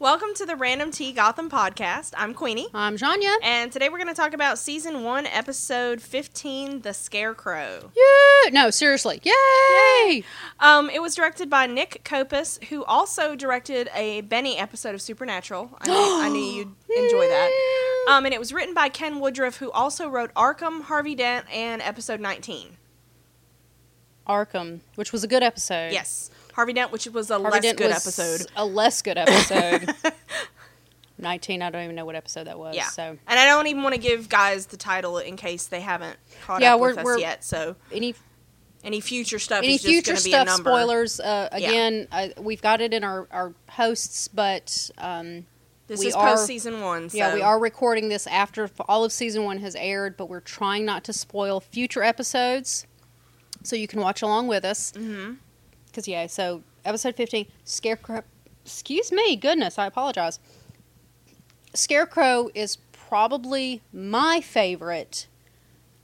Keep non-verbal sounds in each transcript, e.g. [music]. Welcome to the Random Tea Gotham podcast. I'm Queenie, I'm Janya. and today we're going to talk about season one, episode 15, The Scarecrow. Yeah. No, seriously. Yay! Um, it was directed by Nick Copus, who also directed a Benny episode of Supernatural. I knew, I [gasps] knew you'd enjoy that. Um, and it was written by Ken Woodruff, who also wrote Arkham, Harvey Dent, and episode 19. Arkham, which was a good episode. Yes, Harvey Dent, which was a Harvey less Dent good was episode. A less [laughs] good episode. 19, I don't even know what episode that was. Yeah. So, And I don't even want to give guys the title in case they haven't caught Yeah, up with we're- us we're- yet. So any any future stuff any is just future going to be a stuff, number. spoilers, uh, again, uh, we've got it in our, our hosts, but um, This we is are- post season one. So. yeah, we are recording this after f- all of season one has aired, but we're trying not to spoil future episodes so you can watch along with us. hmm Because yeah, so episode fifteen, Scarecrow. Excuse me, goodness, I apologize. Scarecrow is probably my favorite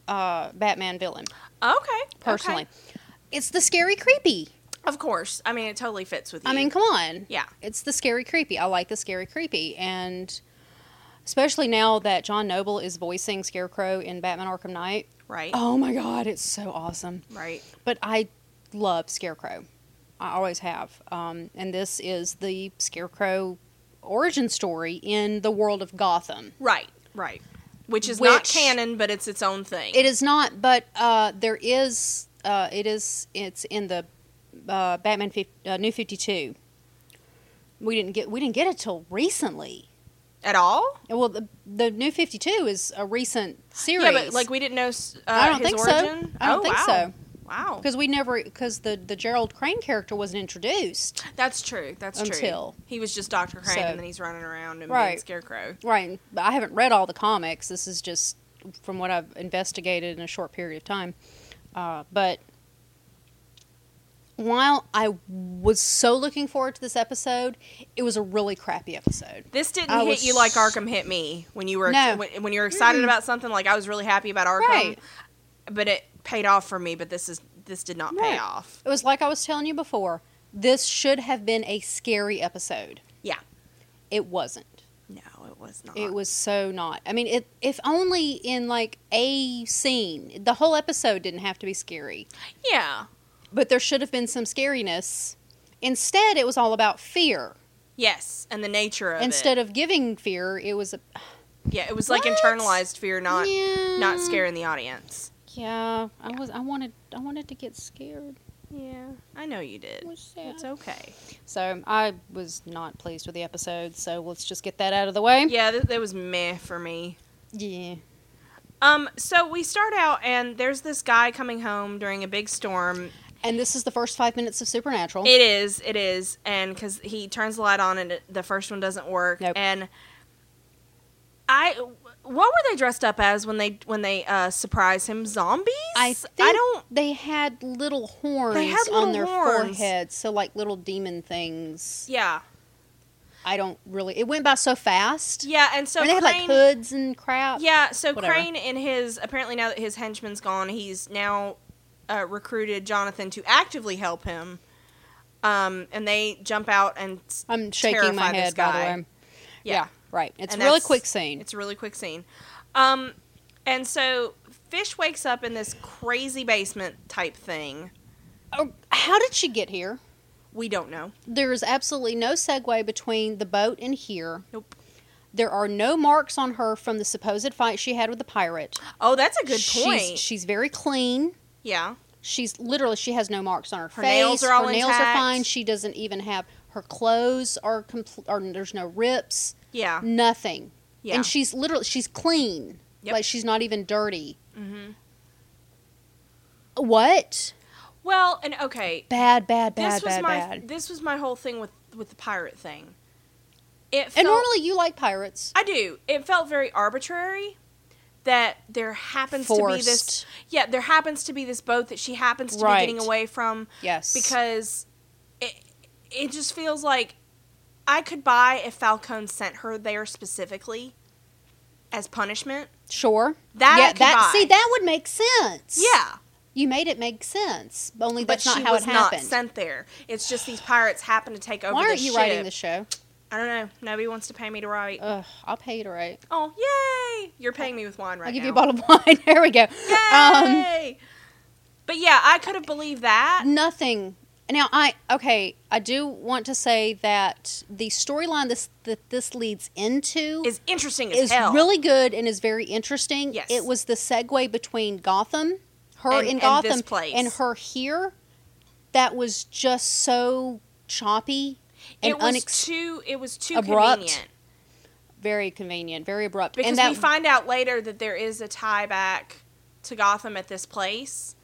uh, Batman villain, Oh, Okay. personally. okay. It's the scary creepy. Of course. I mean, it totally fits with you. I mean, come on. yeah. It's the scary creepy. I like the scary creepy, and especially now that John Noble is voicing Scarecrow in Batman Arkham Knight. Right. Oh my God, it's so awesome. Right. But I love Scarecrow. I always have. Um, and this is the Scarecrow origin story in the world of Gotham. Right. Right. Which is not Which- canon, but it's its own thing. It is not, but uh, there is. Uh, it is. It's in the uh, Batman 50, uh, New Fifty Two. We didn't get. We didn't get it till recently. at all. Well, the, the New Fifty Two is a recent series. Yeah, but like we didn't know. s- Uh, I don't his think origin. so. I don't oh, think wow. so Wow. because we never because the the Gerald Crane character wasn't introduced. That's true. That's Until. true. He was just Doctor Crane, So- and then he's running around and being Right. Scarecrow. Right. But I haven't read all the comics. This is just from what I've investigated in a short period of time. Uh, but while I was so looking forward to this episode, it was a really crappy episode. This didn't I hit was- you like Arkham hit me when you were No. Mm. when, when you were excited about something. Like I was really happy about Arkham, Right. but it paid off for me. But this is this did not pay Right. off. It was like I was telling you before, this should have been a scary episode. Yeah. It wasn't. No, it was not. It was so not. I mean, it, if only in like a scene, the whole episode didn't have to be scary. Yeah. but there should have been some scariness. Instead, it was all about fear. Yes, and the nature of Instead it. of giving fear, it was a, yeah, it was like What? internalized fear, not yeah, not scaring the audience. Yeah, I was. I wanted. I wanted to get scared. Yeah, I know you did. It was sad. It's okay. So I was not pleased with the episode. So let's just get that out of the way. Yeah, th- that was meh for me. Yeah. Um, so we start out, and there's this guy coming home during a big storm. And this is the first five minutes of Supernatural. It is, it is, and because he turns the light on, and it, the first one doesn't work. Nope. And I, what were they dressed up as when they when they uh, surprise him? Zombies? I I think- don't. they had little horns They had little on their horns. foreheads, so like little demon things. Yeah, I don't really. It went by so fast. yeah, and so and they had like Crane- hoods and crap. Yeah, so Whatever. Crane and his apparently now that his henchman's gone, he's now uh, recruited Jonathan to actively help him. Um, and they jump out and s- I'm shaking terrify my this head, by guy. the way. yeah, right. It's And a really that's- quick scene. it's a really quick scene. Um, and so Fish wakes up in this crazy basement type thing. Oh, how did she get here? We don't know. There is absolutely no segue between the boat and here. Nope. There are no marks on her from the supposed fight she had with the pirate. Oh, that's a good point. She's, she's very clean. yeah, She's literally she has no marks on her, Her face. nails are all her nails intact. are fine. She doesn't even have her clothes are complete. Or there's no rips. yeah, Nothing. yeah. And she's literally she's clean. Yep. Like she's not even dirty. hmm What? Well, and okay, Bad, bad, bad, this was bad, my bad. this was my whole thing with with the pirate thing. It felt, And normally you like pirates. I do. It felt very arbitrary that there happens to be this Forced. yeah there happens to be this boat that she happens to Right. be getting away from Yes. because it it just feels like I could buy if Falcone sent her there specifically as punishment. sure. That I could that buy. see that would make sense. Yeah, You made it make sense. but Only but that's she not how was it not happened. sent there. It's just these pirates happen to take over. Why aren't the you ship. writing the Uh, show? I don't know. Nobody wants to pay me to write. Ugh, I'll pay you to write. oh, yay! You're paying me with wine right I'll give now. you a bottle of [laughs] wine. there we go. [laughs] Um, Yay! but yeah, I could have believed that. nothing. Now I okay. I do want to say that the storyline this that this leads into Is interesting as is hell. really good and is very interesting. Yes. It was the segue between Gotham, her And- in and Gotham, this place. and her here. That was just so choppy and it was unex- too. It was too abrupt. convenient very convenient, very abrupt. because and that, we find out later that there is a tie back to Gotham at this place.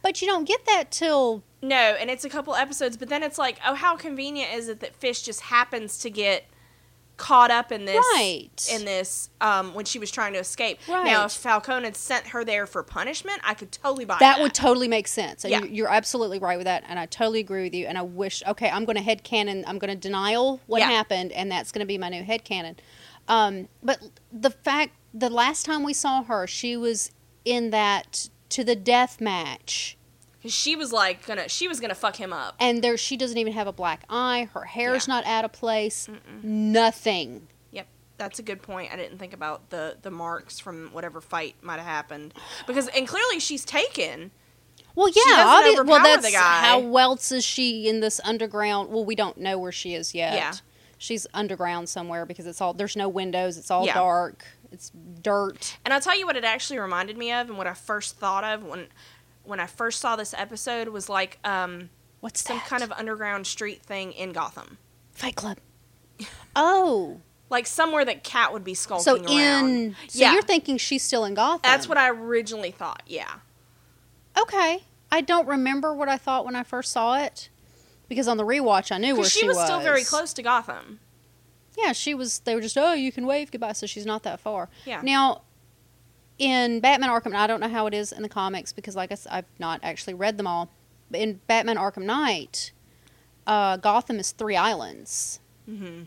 but you don't get that till No, and it's a couple episodes, but then it's like, oh, how convenient is it that Fish just happens to get caught up in this right. in this um, when she was trying to escape. Now, Right. if Falcone had sent her there for punishment, I could totally buy that. that would totally make sense. And Yeah. you- you're absolutely right with that. And I totally agree with you. And I wish, okay, I'm going to head canon. I'm going to denial what Yeah. happened. And that's going to be my new head canon. Um, but the fact, the last time we saw her, she was in that to the death match. 'Cause she was like gonna, she was gonna fuck him up. And there, she doesn't even have a black eye. Her hair's Yeah. not out of place. Nothing. Yep, that's a good point. I didn't think about the the marks from whatever fight might have happened because, and clearly she's taken. Well, yeah, doesn't obvi- overpower well, the that's guy. how else is she in this underground? Well, we don't know where she is yet. Yeah. she's underground somewhere because it's all there's no windows. It's all Yeah. dark. It's dirt. And I'll tell you what it actually reminded me of, and what I first thought of when when I first saw this episode was like um, What's some that? kind of underground street thing in Gotham, [laughs] Fight Club? Oh, like somewhere that Cat would be skulking so around. in so Yeah. you're thinking she's still in Gotham? That's what I originally thought. Yeah. I okay. I don't remember what I thought when I first saw it because on the rewatch I knew where Because she, she was, still very close to Gotham. Yeah, she was. They were just, oh, you can wave goodbye. So she's not that far. Yeah. Now, in Batman Arkham, and I don't know how it is in the comics because, like I said, I've not actually read them all. But in Batman Arkham Knight, uh, Gotham is three islands. Mm-hmm.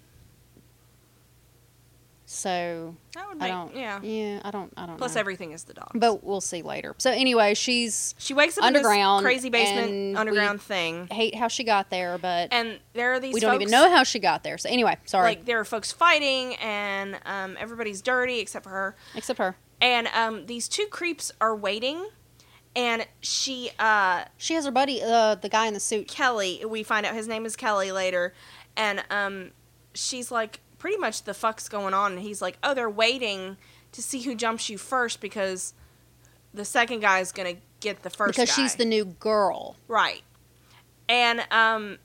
So That would I make don't. yeah. Yeah, I don't. I don't. Plus know. everything is the dog. But we'll see later. So anyway, she's she wakes up in underground, this crazy and basement we- underground thing, hate how she got there, but and there are these. we don't folks, even know how she got there. So anyway, sorry. Like there are folks fighting, and um, everybody's dirty except for her. Except her, And um, these two creeps are waiting, and she, uh, she has her buddy, uh, the guy in the suit. Kelly. We find out his name is Kelly later, and um, she's like, pretty much the fuck's going on, and he's like, oh, they're waiting to see who jumps you first because the second guy is gonna get the first Because guy. she's the new girl. Right. And um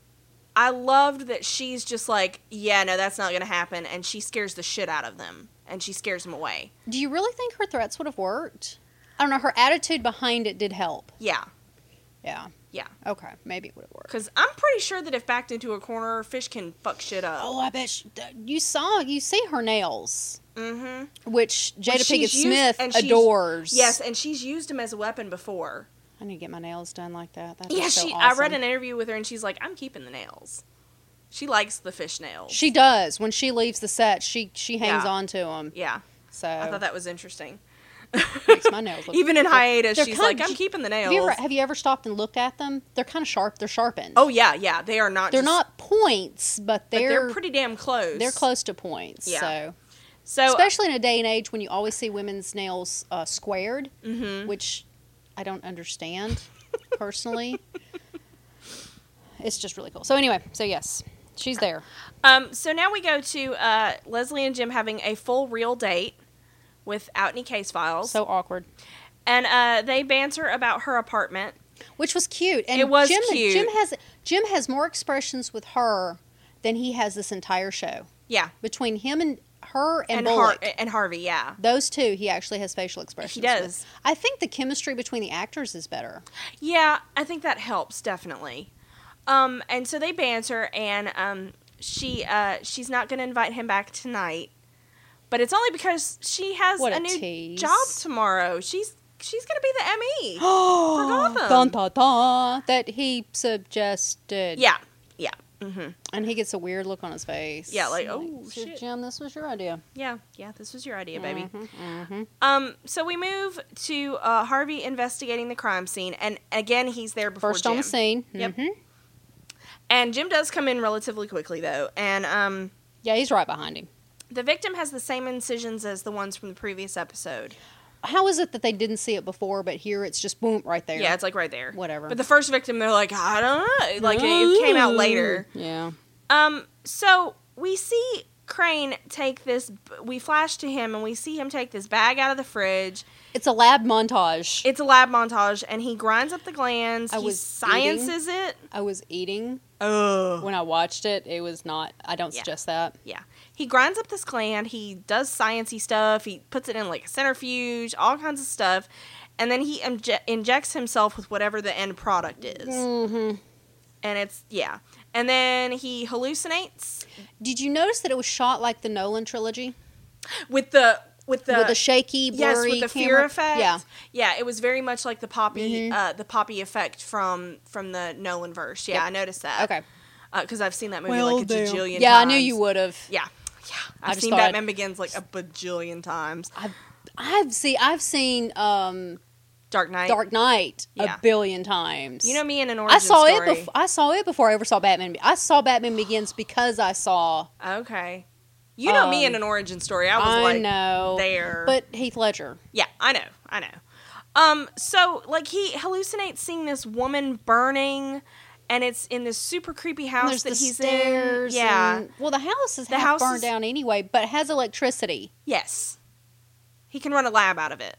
I loved that she's just like, yeah, no, that's not going to happen and she scares the shit out of them and she scares them away. Do you really think her threats would have worked? I don't know. Her attitude behind it did help. Yeah. Yeah. Yeah. Okay. Maybe it would have worked. Cuz I'm pretty sure that if backed into a corner, fish can fuck shit up. Oh, I bet she, th- you saw. You see her nails, Mhm. which Jada she's Pinkett used- Smith and she's- adores. Yes, and she's used him as a weapon before. I need to get my nails done like that. That's Yeah, so she I Awesome. read an interview with her and she's like, "I'm keeping the nails." She likes the fish nails. She does. When she leaves the set, she she hangs Yeah. on to them. yeah. So I thought that was interesting. makes [laughs] my nails look. Even in hiatus, They're she's kind like, of- "I'm keeping the nails." have you ever have you ever stopped and looked at them? They're kind of sharp. They're sharpened. oh yeah, yeah, they are not they're just- not points, but But they're they're pretty damn close. they're close to points. Yeah. So So uh, especially in a day and age when you always see women's nails uh, squared, Mhm. which I [laughs] don't understand personally. it's just really cool. So anyway, so yes, she's there. um, so now we go to uh, Leslie and Jim having a full real date without any case files, So awkward, and uh, they banter about her apartment. which was cute. And It was Jim, cute. Jim has Jim has more expressions with her than he has this entire show. Yeah, Between him and her and, and, Har- Bullock, and Harvey. Yeah, those two, he actually has facial expressions. with. does. I think the chemistry between the actors is better. yeah, I think that helps definitely. Um, and so they banter, and um, she uh, she's not going to invite him back tonight, but it's only because she has What a, a new tease. job tomorrow. She's she's going to [gasps] be the E. ME. Oh, Gotham. dun, dun, dun, that he suggested. yeah, yeah, hmm And he gets a weird look on his face. Yeah, like, "Oh, "Shit, shit." Jim, this was your idea. yeah, yeah. This was your idea, baby. Mhm, mhm. Um, so we move to uh, Harvey investigating the crime scene, and again he's there before First Jim. on the scene. Yep. Mhm. And Jim does come in relatively quickly though, and um, Yeah, he's right behind him. The victim has the same incisions as the ones from the previous episode. How is it that they didn't see it before, but here it's just boom right there? Yeah, it's like right there. Whatever. But the first victim, they're like, I don't know. Like it came out later. Yeah. Um, so we see Crane take this. We flash to him, and we see him take this bag out of the fridge. It's a lab montage. It's a lab montage, and he grinds up the glands. I he was sciences it. I was eating Oh, when I watched it. It was not. I don't Yeah. suggest that. yeah. He grinds up this gland. He does sciency stuff. He puts it in like a centrifuge, all kinds of stuff, and then he inje- injects himself with whatever the end product is. Mm-hmm. And it's yeah. And then he hallucinates Did you notice that it was shot like the Nolan trilogy with the with the with a shaky, yes blurry with the camera? fear effect. Yeah. Mm-hmm. yeah. It was very much like the poppy uh, the poppy effect from from the Nolan verse. Yeah, Yep. I noticed that. Okay. because I've seen that movie Well, like a there. bajillion. Yeah, I times. knew you would have. Yeah, yeah. I I've just seen thought I'd- Batman Begins like a bajillion times. I've seen. I've seen um, Dark Knight. Dark Knight Yeah. a billion times. You know me in an origin I saw story. it. Bef- I saw it before I ever saw Batman. Be- I saw Batman Begins because I saw. Okay. You know me in Um, an origin story. I I, was like know there, but Heath Ledger. yeah, I know, I know. Um, so like he hallucinates seeing this woman burning, and it's in this super creepy And house there's that the he's stairs. in. Yeah, and- well, the house is The half house burned is- down anyway, but it has electricity. yes, he can run a lab out of it.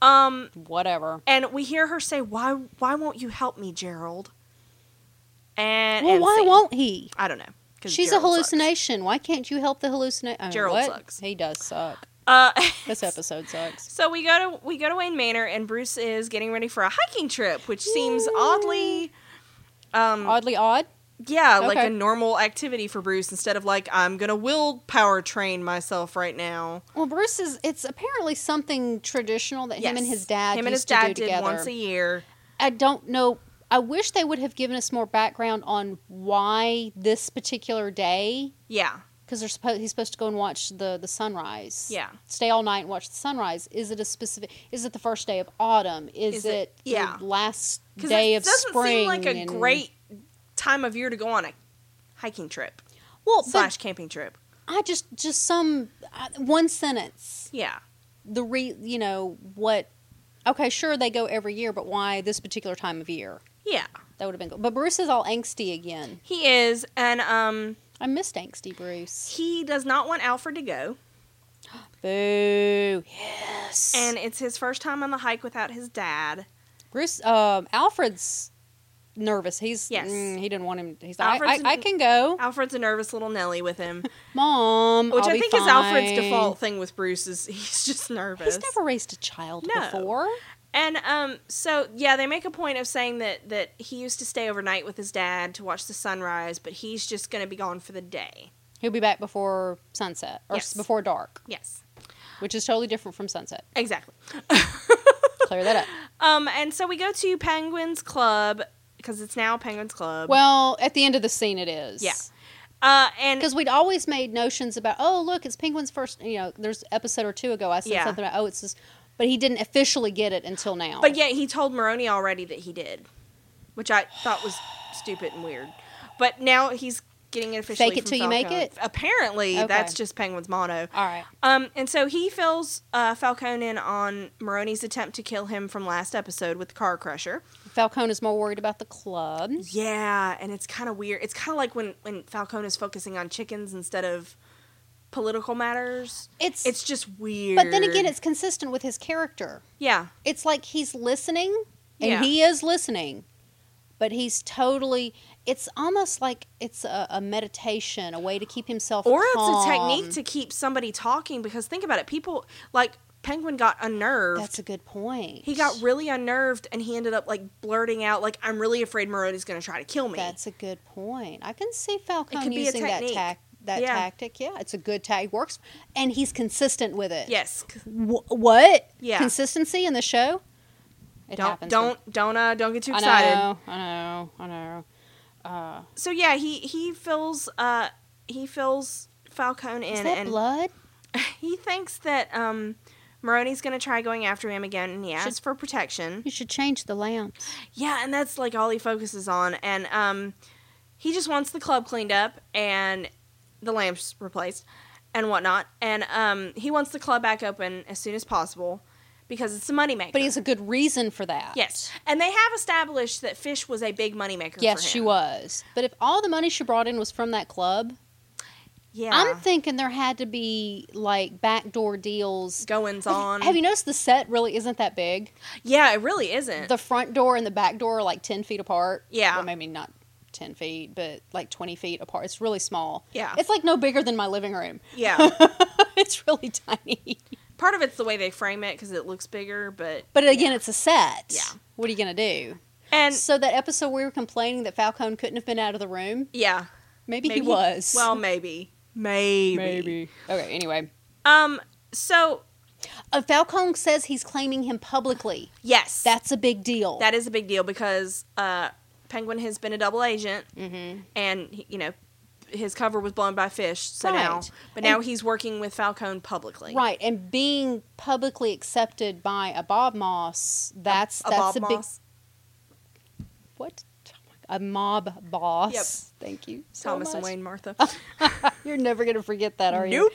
Um, Whatever. and we hear her say, "Why, why won't you help me, Gerald?" And Well, and why scene. won't he? I don't know. 'cause She's Gerald a sucks. hallucination. Why can't you help the hallucination? Gerald sucks. He does suck. Uh, This [sighs] episode sucks. So we go to we go to Wayne Manor, and Bruce is getting ready for a hiking trip, which seems Yay. oddly, um, Oddly odd. yeah, like okay. a normal activity for Bruce instead of like I'm gonna willpower train myself right now. Well, Bruce is. It's apparently something traditional that him and Yes. his dad him and his used dad to do did together. once a year. I don't know. I wish they would have given us more background on why this particular day, Yeah, because they're supposed he's supposed to go and watch the the sunrise. yeah. Stay all night and watch the sunrise. Is it a specific? Is it the first day of autumn? Is, Is it, it- yeah. the last Because day it of doesn't spring? seem like a and- great time of year to go on a hiking trip well, but slash camping trip. I just just some I, one sentence. Yeah, The re you know what? Okay, sure they go every year, but why this particular time of year? yeah. That would have been. Cool. But Bruce is all angsty again. He is, and um, I missed angsty Bruce. he does not want Alfred to go. Boo. Yes. And it's his first time on the hike without his dad. Bruce, um, Alfred's nervous. He's Yes. mm, he didn't want him. He's like, I, I, Alfred's- I can go, Alfred's a nervous little Nelly with [laughs] him, mom. which I'll i be think is fine." Alfred's default thing with Bruce is he's just nervous. He's never raised a child No. before. and um, so yeah, they make a point of saying that that he used to stay overnight with his dad to watch the sunrise, but he's just going to be gone for the day. He'll be back before sunset or s Yes. before dark, Yes, which is totally different from sunset. exactly. Clear that up. [laughs] Um, and so we go to Penguins Club because it's now Penguins Club. Well, at the end of the scene, it is. Yeah. uh, and Because we'd always made notions about, oh, look, it's Penguin's first. You know, there's episode or two ago I said Yeah. something about, oh, it's this, but he didn't officially get it until now. But yet he told Maroney already that he did, which I thought [sighs] was stupid and weird. But now he's getting it officially. Fake it from till you make Falcone. it? Apparently, Okay. that's just Penguin's motto. all right. Um, and so he fills uh, Falcone in on Maroney's attempt to kill him from last episode with the car crusher. Falcone is more worried about the club. Yeah, and it's kind of weird. It's kind of like when when Falcone is focusing on chickens instead of political matters. It's, It's just weird. but then again, it's consistent with his character. yeah, It's like he's listening, and Yeah. he is listening, but he's totally. It's almost like it's a, a meditation, a way to keep himself. or it's a calm. technique to keep somebody talking because think about it people like penguin got unnerved That's a good point. he got really unnerved and he ended up like blurting out like i'm really afraid marodi's going to try to kill me That's a good point. I can see Falcone could be a using that technique. tac- that Yeah. tactic. Yeah, it's a good tag. Works, and he's consistent with it. yes c- Wh- what? Yeah. Consistency in the show. It don't happens. don't don't uh don't get too I excited know. I know. I know. Uh, so yeah he he fills uh he fills falcone in is that and blood? he thinks that um maroni's going to try going after him again and he asks for protection You should change the lamps. Yeah, and that's like all he focuses on, and um, he just wants the club cleaned up, and the lamps replaced and whatnot. And um, he wants the club back open as soon as possible because it's a moneymaker. But he has a good reason for that. yes, and they have established that Fish was a big moneymaker. Yes, for she him. was. But if all the money she brought in was from that club, Yeah, I'm thinking there had to be like backdoor deals. goings on. Have you noticed the set really isn't that big? Yeah, it really isn't. The front door and the back door are like 10 feet apart. Yeah. Well, maybe not 10 feet, but like 20 feet apart. It's really small. Yeah. It's like no bigger than my living room. [laughs] yeah, it's really tiny. part of it's the way they frame it because it looks bigger, but But uh, again, it's a set. Yeah. What are you going to do? and so that episode we were complaining that Falcone couldn't have been out of the room, yeah, maybe, he was. Well, maybe, maybe, Okay, anyway. Um, so Uh, Falcone says he's claiming him publicly. yes, That's a big deal. that is a big deal because uh, Penguin has been a double agent, Mhm. and he- you know his cover was blown by fish. So now, Right. but now And- he's working with Falcone publicly. Right, and being publicly accepted by a Bob Moss, that's a that's Bob a big Moss, what Oh my God, a mob boss. Thank you, so Thomas much. and Wayne Martha. [laughs] You're never gonna forget that, are you? Nope.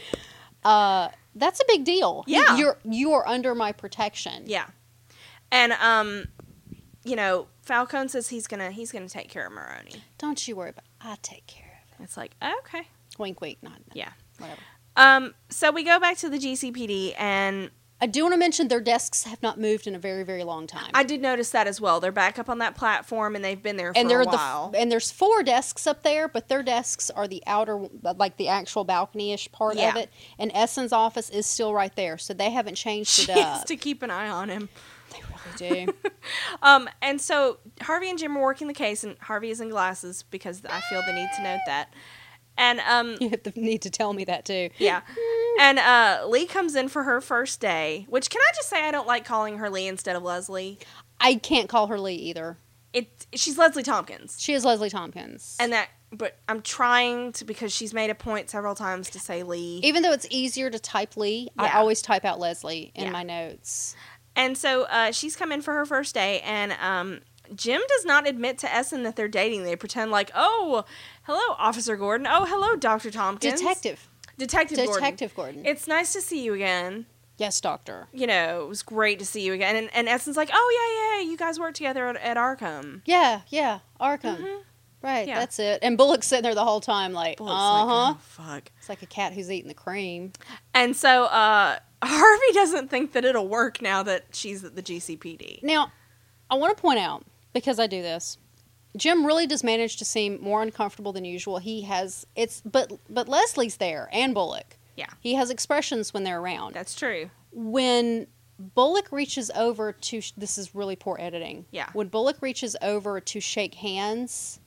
Uh, that's a big deal. Yeah. you're you are under my protection. yeah, and um, you know Falcone says he's gonna he's gonna take care of Maroni. don't you worry about. It. I take care of It's like okay, it. Wink, wink. Not yeah. whatever. Um, so we go back to the GCPD, and I do want to mention their desks have not moved in a very very long time. I did notice that as well. They're back up on that platform, and they've been there for and they're a the while. and there's four desks up there, but their desks are the outer, like the actual balcony-ish part of Yeah. it. And Essen's office is still right there, so they haven't changed it [laughs] she has up. to keep an eye on him. They do. [laughs] Um, and so Harvey and Jim are working the case, and Harvey is in glasses because I feel the need to note that. And um, you have the need to tell me that too. yeah, and uh, Lee comes in for her first day. Which can I just say I don't like calling her Lee instead of Leslie. I can't call her Lee either. It she's Leslie Tompkins, She is Leslie Tompkins, and that. But I'm trying to because she's made a point several times to say Lee. even though it's easier to type Lee, I Yeah. always type out Leslie in Yeah. my notes. And so uh, she's come in for her first day, and um, Jim does not admit to Essen that they're dating. They pretend like, oh, hello, Officer Gordon. Oh, hello, Dr. Tompkins. Detective, Detective, Gordon. Detective Gordon. It's nice to see you again. yes, Doctor. You know, it was great to see you again. And, and Essen's like, oh, yeah, yeah, you guys work together at, at Arkham. Yeah, yeah, Arkham. Mm-hmm. Right, Yeah. that's it. And Bullock's sitting there the whole time, like, uh Bullock's huh. like, oh, fuck. It's like a cat who's eating the cream. And so uh, [laughs] Harvey doesn't think that it'll work now that she's at the GCPD. Now, I want to point out because I do this. Jim really does manage to seem more uncomfortable than usual. He has it's but but Leslie's there and Bullock. Yeah. He has expressions when they're around. That's true. When Bullock reaches over to sh- this is really poor editing. Yeah. When Bullock reaches over to shake hands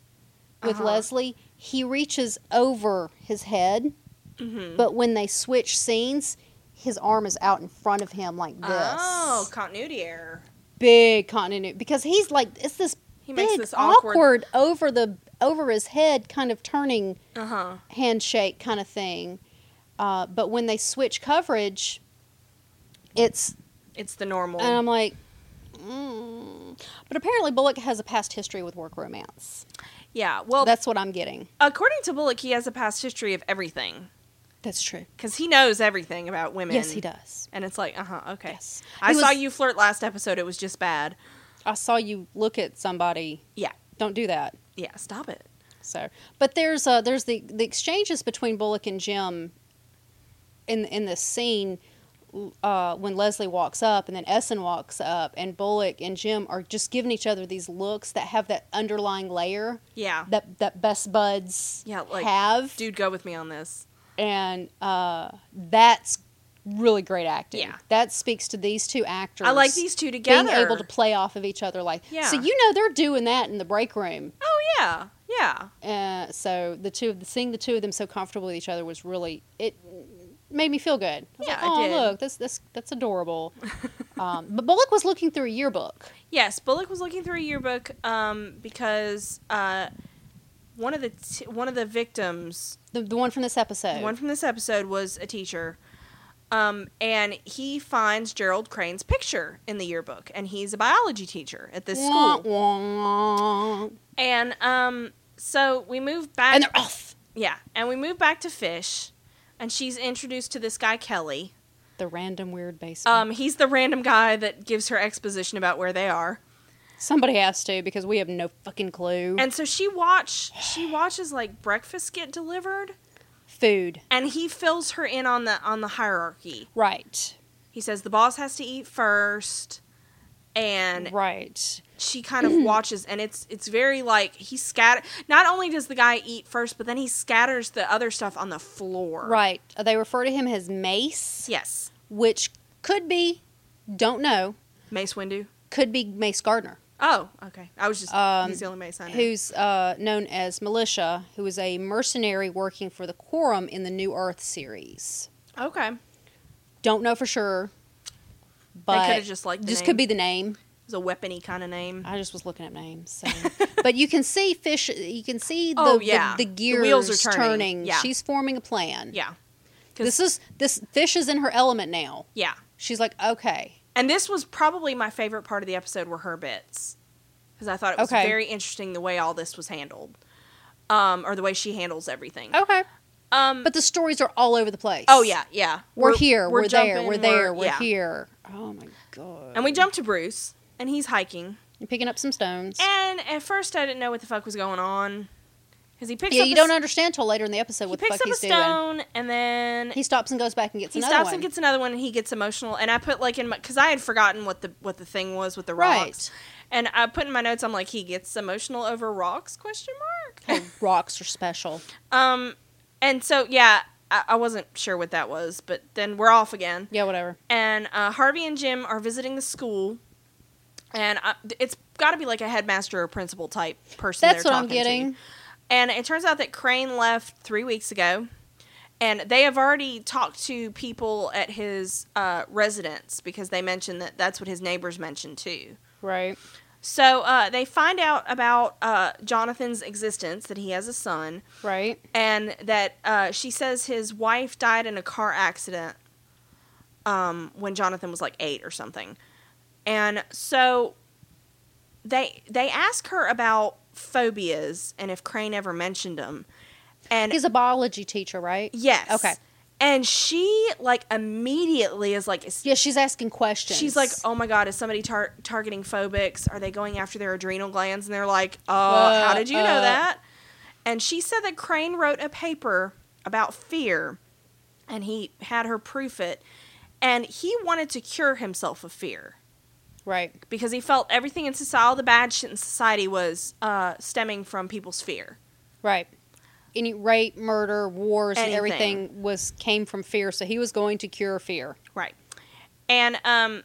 with Uh-huh. Leslie, he reaches over his head, Mm-hmm. but when they switch scenes, his arm is out in front of him like this. Oh, continuity error. big continuity because he's like it's this He big makes this awkward. awkward- over the over his head kind of turning Uh huh. handshake kind of thing uh, but when they switch coverage it's It's the normal. and i'm like mm. but apparently bullock has a past history with work romance yeah. Well, that's what i'm getting according to Bullock, he has a past history of everything that's true because he knows everything about women. yes he does And it's like, uh huh, okay. yes I He saw was- you flirt last episode. It was just bad. i saw you look at somebody Yeah. don't do that Yeah. Stop it. So, but there's uh, there's the the exchanges between Bullock and Jim in in this scene uh, when Leslie walks up and then Essen walks up and Bullock and Jim are just giving each other these looks that have that underlying layer Yeah. that that best buds Yeah, like, have Dude, go with me on this. and uh, that's really great acting. Yeah. That speaks to these two actors. I like these two being together. able to play off of each other like Yeah. so you know they're doing that in the break room Oh yeah. Yeah. uh, so the two of the, seeing the two of them so comfortable with each other was really it made me feel good. I was Yeah, like, it oh did. look, that's that's [laughs] that's adorable. um, but Bullock was looking through a yearbook. Yes, Bullock was looking through a yearbook um, because uh, one of the t- one of the victims The, the one from this episode. The one from this episode was a teacher. Um, and he finds Gerald Crane's picture in the yearbook, and he's a biology teacher at this Wah, school. wah. And um, so we move back. And they're off. Yeah, and we move back to Fish, and she's introduced to this guy Kelly. The random weird basement. Um, he's the random guy that gives her exposition about where they are. Somebody has to because we have no fucking clue. And so she watch she watches like breakfast get delivered, Food. and he fills her in on the on the hierarchy. Right. He says the boss has to eat first, and Right. she [clears throat] kind of watches and it's it's very like he scatter not only does the guy eat first but then he scatters the other stuff on the floor Right. They refer to him as Mace, yes which could be, don't know, mace windu could be Mace Gardner, oh okay i was just Um, he's the only mace i know who's uh, known as Militia, who is a mercenary working for the Quorum in the New Earth series. okay Don't know for sure, they but could have just like just could be the name. it's a weapony kind of name I just was looking up [laughs] names, so. but you can see fish. You can see the Oh, the- yeah. the, The gears wheels are turning. turning. Yeah. She's forming a plan. yeah This is this fish is in her element now. yeah She's like, okay, and this was probably my favorite part of the episode were her bits because i thought it was Okay. very interesting the way all this was handled um or the way she handles everything okay. um But the stories are all over the place. oh yeah yeah we're, here, we're, there, jumping, we're there, we're yeah. here. Oh my god! and we jump to bruce and he's hiking You're picking up some stones. And at first, I didn't know what the fuck was going on because he picks yeah, up you a, don't s- understand till later in the episode He what the picks up fuck a he's doing. stone, and then He stops and goes back and gets he another stops one. [laughs] and gets another one, and he gets emotional. And I put like in my because I had forgotten what the what the thing was with the Right. rocks, and I put in my notes, I'm like, he gets emotional over rocks? Question mark. Oh, rocks are special. [laughs] um, and so yeah, I, I wasn't sure what that was, but then we're off again. Yeah, whatever. and uh, Harvey and Jim are visiting the school, and uh, it's got to be like a headmaster or principal type person. That's they're what I'm talking to. getting. And it turns out that Crane left three weeks ago, and they have already talked to people at his uh, residence because they mentioned that that's what his neighbors mentioned too. Right. So uh, they find out about uh, Jonathan's existence, that he has a son, Right. and that uh, she says his wife died in a car accident um, when Jonathan was like eight or something. And so they they ask her about phobias and if Crane ever mentioned them. And He's a biology teacher, right? yes, Okay. And she like immediately is like, is- Yeah, she's asking questions. she's like, oh my god, is somebody tar- targeting phobics? Are they going after their adrenal glands? And they're like, uh, how did you know uh. that? And she said that Crane wrote a paper about fear, and he had her proof it, and he wanted to cure himself of fear right. because he felt everything in society, all the bad shit in society, was uh, stemming from people's fear. Right. Any rape, murder, wars, and Anything. everything was came from fear. So he was going to cure fear. Right. And um,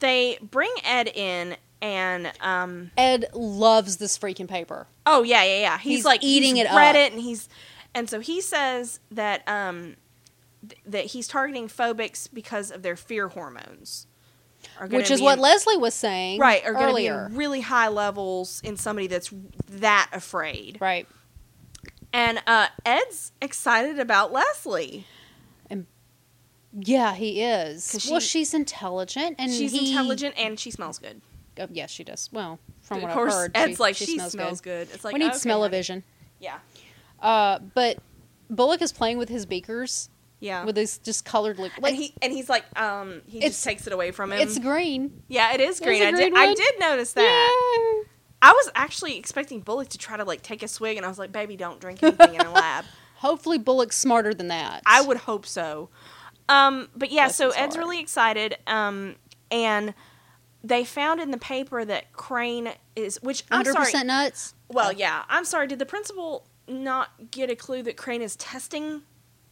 they bring Ed in, and um, Ed loves this freaking paper. Oh yeah, yeah, yeah. He's, He's like eating he's it read up. it, and he's and so he says that um th- that he's targeting phobics because of their fear hormones, are gonna which is be what in- Leslie was saying right are going to be earlier. in really high levels in somebody that's that afraid. right. And uh, Ed's excited about Leslie. Yeah, he is. 'Cause well, she- she's intelligent, and She's he- intelligent and she smells good. Oh, yes, she does. Well, from of what course, I've heard, Ed's like she, smells, good. good. It's like we need okay, smell-o-vision. Yeah, Uh, but Bullock is playing with his beakers yeah. with these just colored liquid. and he and he's like um he It's- just takes it away from him. it's green. yeah, it is a green. I did green I one. did notice that. Yeah. I was actually expecting Bullock to try to like take a swig, and I was like, "Baby, don't drink anything in [laughs] a lab." Hopefully, Bullock's smarter than that. I would hope so. Um, but yeah, Bless so his Ed's heart. really excited, um, and they found in the paper that Crane is, which I'm Hundred sorry. percent nuts. Well, yeah, I'm sorry. Did the principal not get a clue that Crane is testing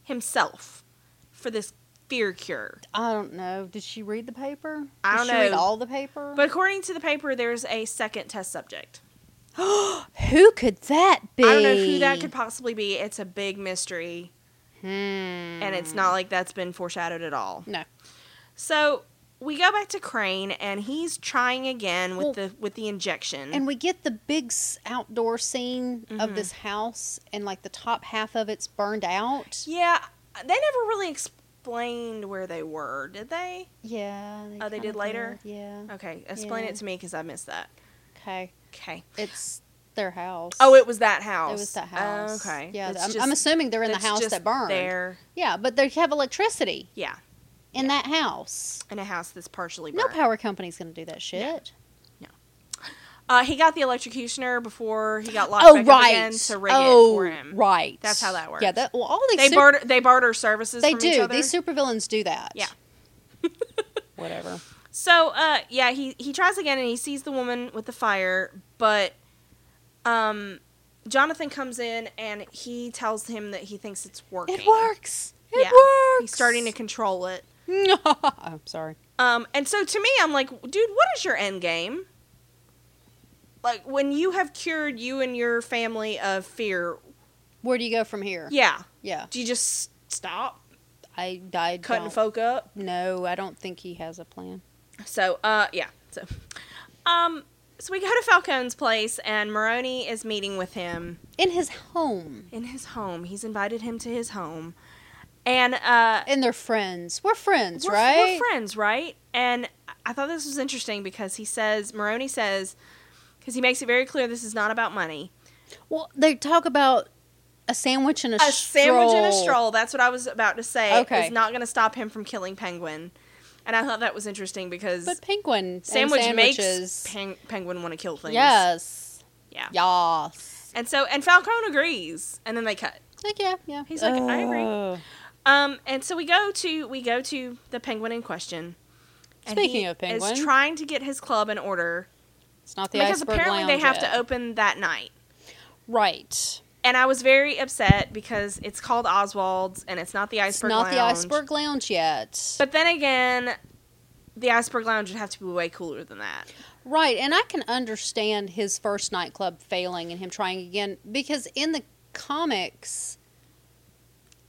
himself for this fear cure? I don't know. Did she read the paper? I Did don't she Read know. all the paper. But according to the paper, there's a second test subject. who could that be? I don't know who that could possibly be. It's a big mystery. Hmm. and Mm. it's not like that's been foreshadowed at all. No. So we go back to Crane, and he's trying again with Well- the with the injection. And we get the big s- outdoor scene Mm-hmm. of this house, and like the top half of it's burned out. yeah, they never really explained where they were, did they? Yeah. Oh, they kinda did later? Yeah. Okay, explain Yeah. it to me because I missed that. Okay. Okay, It's their house. Oh, it was that house. It was that house. Oh, okay. Yeah, It's I'm, just- I'm assuming they're in the it's house just that burned. There. Yeah, but they have electricity Yeah, in that house. in a house that's partially No burned. power company's going to do that shit. Uh, he got the electrocutioner before he got locked Oh back right. up again to rig oh it for him. right. That's how that Yeah. works. That, well, all these They sup- barter. They barter services. They from do. Each other. These supervillains do that. Yeah. Whatever. So, uh, yeah, he he tries again and he sees the woman with the fire, but um, Jonathan comes in and he tells him that he thinks it's working. It works. It Yeah. works. He's starting [laughs] to control it. I'm sorry. Um, and so to me, I'm like, dude, what is your end game? Like when you have cured you and your family of fear, Where do you go from here? yeah, Yeah. do you just stop I died. cutting don't- folk up? No, I don't think he has a plan. So, uh, yeah. So, um, so we go to Falcone's place, and Maroni is meeting with him In his home. in his home. He's invited him to his home, and uh, And they're friends. We're friends, we're, we're right? friends, right? And I thought this was interesting because he says Maroni says because he makes it very clear this is not about money. Well, they talk about a sandwich and a, A sandwich and a stroll. stroll. That's what I was about to say. Okay. is not going to stop him from killing Penguin, and I thought that was interesting because. But penguin and Sandwich makes sandwiches. peng- penguin want to kill things. Yes. Yeah. Yes. And so, and Falcone agrees, and then they cut. Like yeah, yeah. He's like, I agree. Ugh. Um, and so we go to we go to the penguin in question. and Speaking he of penguin. is trying to get his club in order It's not the because iceberg apparently they lounge have yet. to open that night. Right. And I was very upset because it's called Oswald's and it's not the It's iceberg. not the Lounge. iceberg lounge yet. But then again, the iceberg lounge would have to be way cooler than that. right, and I can understand his first nightclub failing and him trying again because in the comics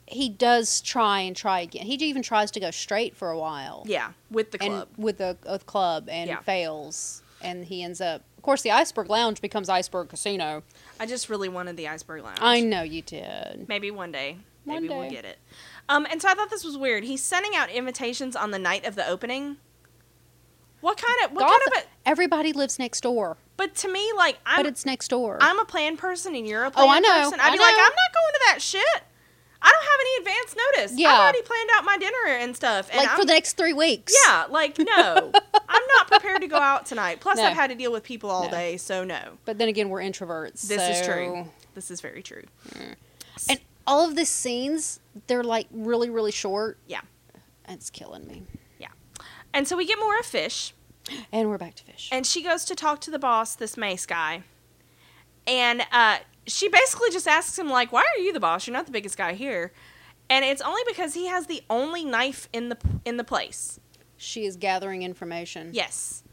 he does try and try again. He even tries to go straight for a while. Yeah, with the and club. with the with club and Yeah. fails and he ends up of course the iceberg lounge becomes iceberg casino I just really wanted the iceberg lounge. i know you did Maybe one day. One Maybe day. we'll get it. Um, and so I thought this was weird. He's sending out invitations on the night of the opening. What kind of what Goth- kind of a everybody lives next door But to me, like but I'm it's next door I'm a plan person and you're a Oh, plan I know, person. I'd I be like, know. I'm not going to that shit. I don't have any advance notice. Yeah. I've already planned out my dinner and stuff. And like I'm, for the next three weeks yeah, like no, [laughs] I'm not prepared to go out tonight. Plus, No. I've had to deal with people all No. day, so no. but then again we're introverts This is true. so- This is very true. and all of the scenes they're like really really short Yeah, it's killing me yeah. And so we get more of fish. and we're back to fish and she goes to talk to the boss, this Mace guy, and uh, she basically just asks him like, "Why are you the boss? You're not the biggest guy here." And it's only because he has the only knife in the in the place. she is gathering information Yes,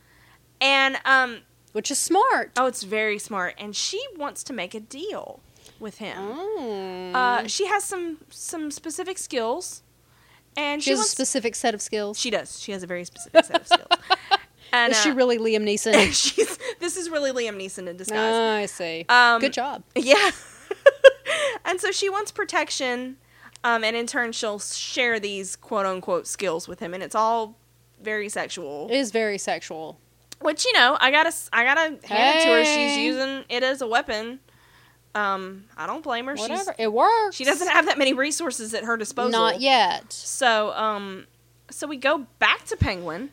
and um, which is smart oh, it's very smart. And she wants to make a deal with him. Mm. Uh, she has some some specific skills, and she she, has a wants. specific set of skills she does. She has a very specific set of [laughs] skills. And is uh, she really liam [laughs] neeson she's this is really Liam Neeson in disguise. Ah, I see. Um, Good job. Yeah. [laughs] and so she wants protection, um, and in turn, she'll share these quote unquote skills with him, and it's all very sexual. It is very sexual. Which you know, I gotta, I gotta hand it to her. She's Hey. using it as a weapon. Um, I don't blame her. Whatever. She's, It works. she doesn't have that many resources at her disposal. Not yet. So, um, so we go back to Penguin,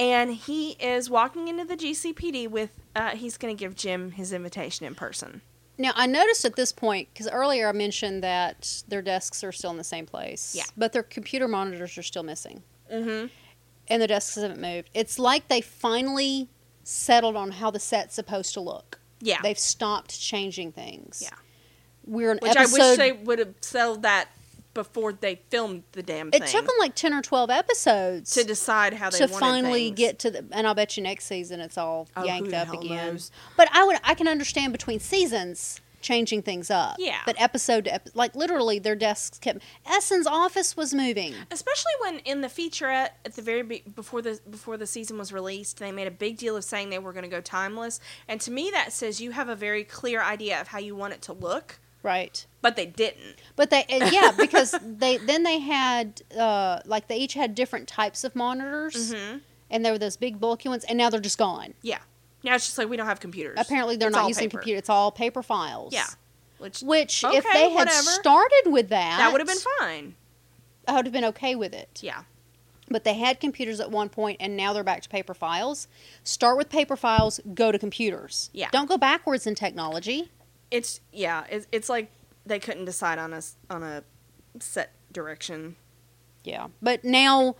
and he is walking into the GCPD with. Uh, he's gonna give Jim his invitation in person. Now, I noticed at this point, because earlier I mentioned that their desks are still in the same place. Yeah. But their computer monitors are still missing. Mm-hmm. And the desks haven't moved. It's like they finally settled on how the set's supposed to look. Yeah. They've stopped changing things. Yeah. We're an Which episode. I wish they would have sold that before they filmed the damn thing. it took them like 10 or 12 episodes to decide how they to wanted finally things. get to the and I'll bet you next season it's all Oh, who yanked the up hell again. knows? But I would I can understand between seasons changing things up. Yeah. But episode to episode, like literally their desks kept Essen's office was moving. Especially when in the featurette at the very be- before the before the season was released, they made a big deal of saying they were going to go timeless, and to me that says you have a very clear idea of how you want it to look, Right. but they didn't. But they [laughs] and yeah, because they then they had uh like they each had different types of monitors Mm-hmm. and there were those big bulky ones and now they're just gone. Yeah, Now it's just like we don't have computers. Apparently, they're It's not all using paper. computer. It's all paper files. Yeah, which Which, if Okay, they had whatever. started with that, that would have been fine. I would have been okay with it. Yeah, But they had computers at one point, and now they're back to paper files. Start with paper files. Go to computers. Yeah. Don't go backwards in technology. it's yeah, it's, it's like they couldn't decide on a s- on a set direction. Yeah. But now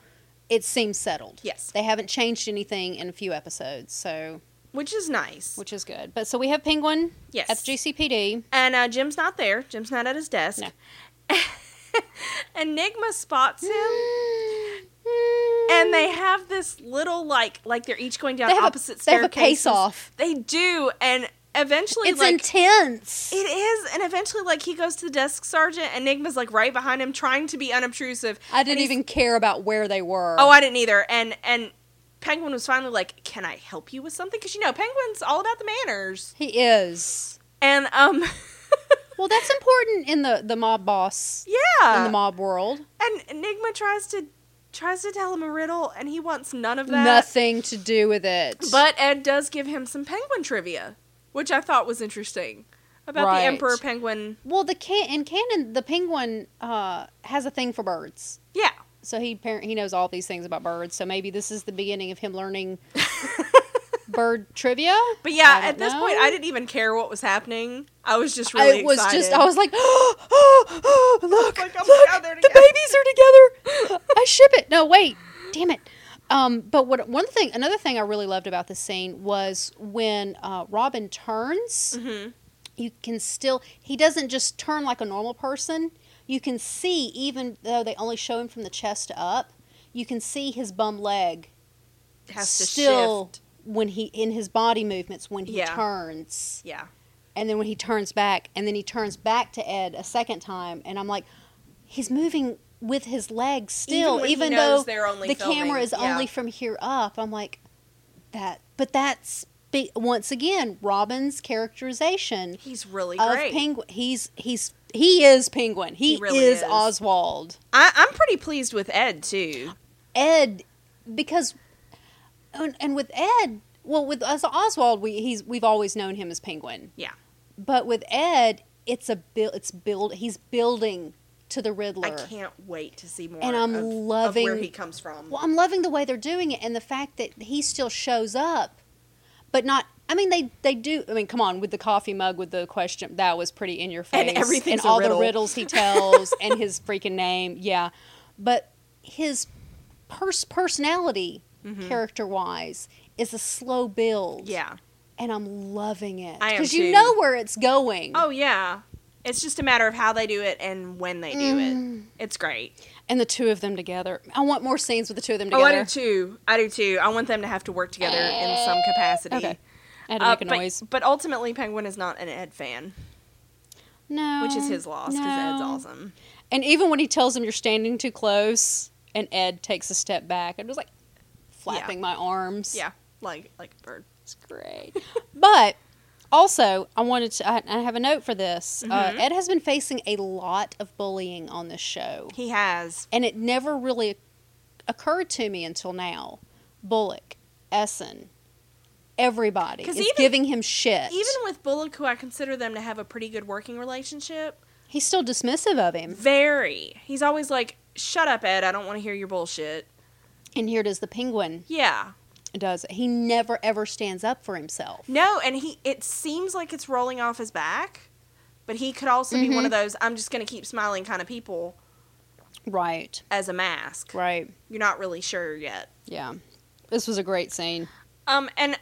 it seems settled. Yes. They haven't changed anything in a few episodes, so which is nice. which is good. But so we have Penguin yes, at the GCPD. and uh, Jim's not there. Jim's not at his desk. [laughs] Enigma spots him, and they have this little like like they're each going down They have a- opposite they have a staircases. face-off. They do, and eventually It's like. intense. it is, and eventually, like he goes to the desk sergeant. Enigma's like right behind him, trying to be unobtrusive. I and didn't he's- even care about where they were. Oh, I didn't either. And and Penguin was finally like, "Can I help you with something?" Because you know, Penguin's all about the manners. he is. And um, [laughs] Well, that's important in the the mob boss yeah. in the mob world. And Enigma tries to tries to tell him a riddle, and he wants none of that. Nothing to do with it. But Ed does give him some penguin trivia, which I thought was interesting about Right. the emperor penguin. well, the can in canon, the penguin uh, has a thing for birds. Yeah, So he par- he knows all these things about birds. So maybe this is the beginning of [laughs] him learning bird trivia. but yeah, I don't at this know. point, I didn't even care what was happening. I was just I- really it was excited. just I was like, [gasps] oh, oh, oh, [gasps] look, like, oh my look, God, they're the together." babies are together. [laughs] I ship it. No, wait, damn it. Um, but what one thing, another thing I really loved about this scene was when uh, Robin turns. Mm-hmm. You can still he doesn't just turn like a normal person. You can see even though they only show him from the chest up, you can see his bum leg has to still shift. when he in his body movements when he Yeah. turns Yeah, and then when he turns back and then he turns back to ed a second time and i'm like he's moving with his legs still when he even, knows though they're only the filming, camera is yeah. only from here up i'm like that but that's be- once again robin's characterization he's really of great. penguin he's he's he is penguin he, He really is, is. oswald I, I'm pretty pleased with Ed too. ed because and, and with ed well with us oswald we he's we've always known him as penguin Yeah, But with Ed, it's a build. It's build. He's building to the I Riddler. can't wait to see more. And I'm of, of where loving- he comes from. Well, I'm loving the way they're doing it, and the fact that he still shows up, but not. I mean, they they do. I mean, come on, with the coffee mug with the question that was pretty in your face, And everything's and a all riddle. the riddles he [laughs] tells, and his freaking name, yeah. But his pers- personality, character wise, is a slow build. Mm-hmm. yeah. and I'm loving it I am because too. you know where it's going. Oh yeah. It's just a matter of how they do it and when they do Mm. it. It's great. And the two of them together. I want more scenes with the two of them Oh, I together. do too. I do too. I want them to have to work together in some capacity. Okay. I had to Uh, make a but, noise. but ultimately, Penguin is not an Ed fan, No. which is his loss because Ed's no. awesome. And even when he tells him you're standing too close and Ed takes a step back, I'm just like flapping my arms. Yeah, like like a bird. It's great. [laughs] but also, I wanted to, I, I have a note for this. Mm-hmm. Uh, Ed has been facing a lot of bullying on this show. He has. and it never really occurred to me until now. Bullock, Essen, everybody 'Cause is even- giving him shit. Even with Bullock, who I consider them to have a pretty good working relationship, he's still dismissive of him. very. He's always like, "Shut up, Ed. I don't want to hear your bullshit." And here does the penguin Yeah. does. it. He never ever stands up for himself. No, and he. It seems like it's rolling off his back, but he could also be Mm-hmm. one of those "I'm just going to keep smiling" kind of people Right. as a mask. Right. You're not really sure yet. Yeah. This was a great scene. Um, and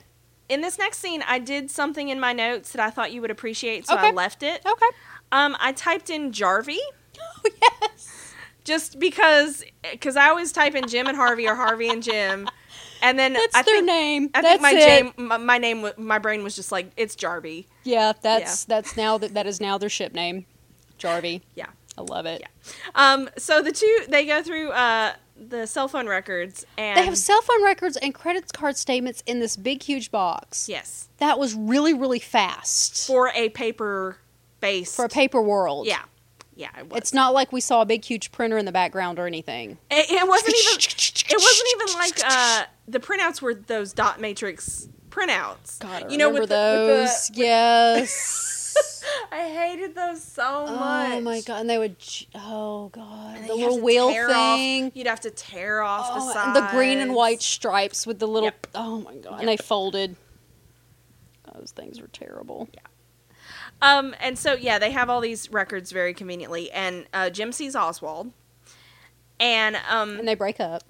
in this next scene, I did something in my notes that I thought you would appreciate, so I Okay. left it. Okay. Um, I typed in Jarvey Oh yes. just because, because I always type in Jim and Harvey or Harvey and Jim, and then That's I their think name. I think that's my, it. jam, my my name wa- my brain was just like it's Jarvey. yeah, that's that's now that that is now their ship name. Jarvey. Yeah. I love it. Yeah. Um, so the two they go through uh, the cell phone records and They have cell phone records and credit card statements in this big huge box. yes That was really, really fast for a paper base for a paper world. yeah yeah it was. It's not like we saw a big, huge printer in the background or anything. [laughs] It, it wasn't even. It wasn't even like uh, the printouts were those dot matrix printouts. God, I you know, remember with The, with those. the- [laughs] yes. I hated those so much. oh my god! And they would. j- Oh god! And then The you'd have little to wheel tear off- thing. you'd have to tear off the Oh, sides. and the green and white stripes with the little. Yep. Oh my god! And they folded. Those things were terrible. Um, and so yeah, they have all these records very conveniently, and uh, Jim sees Oswald, and um, And they break up.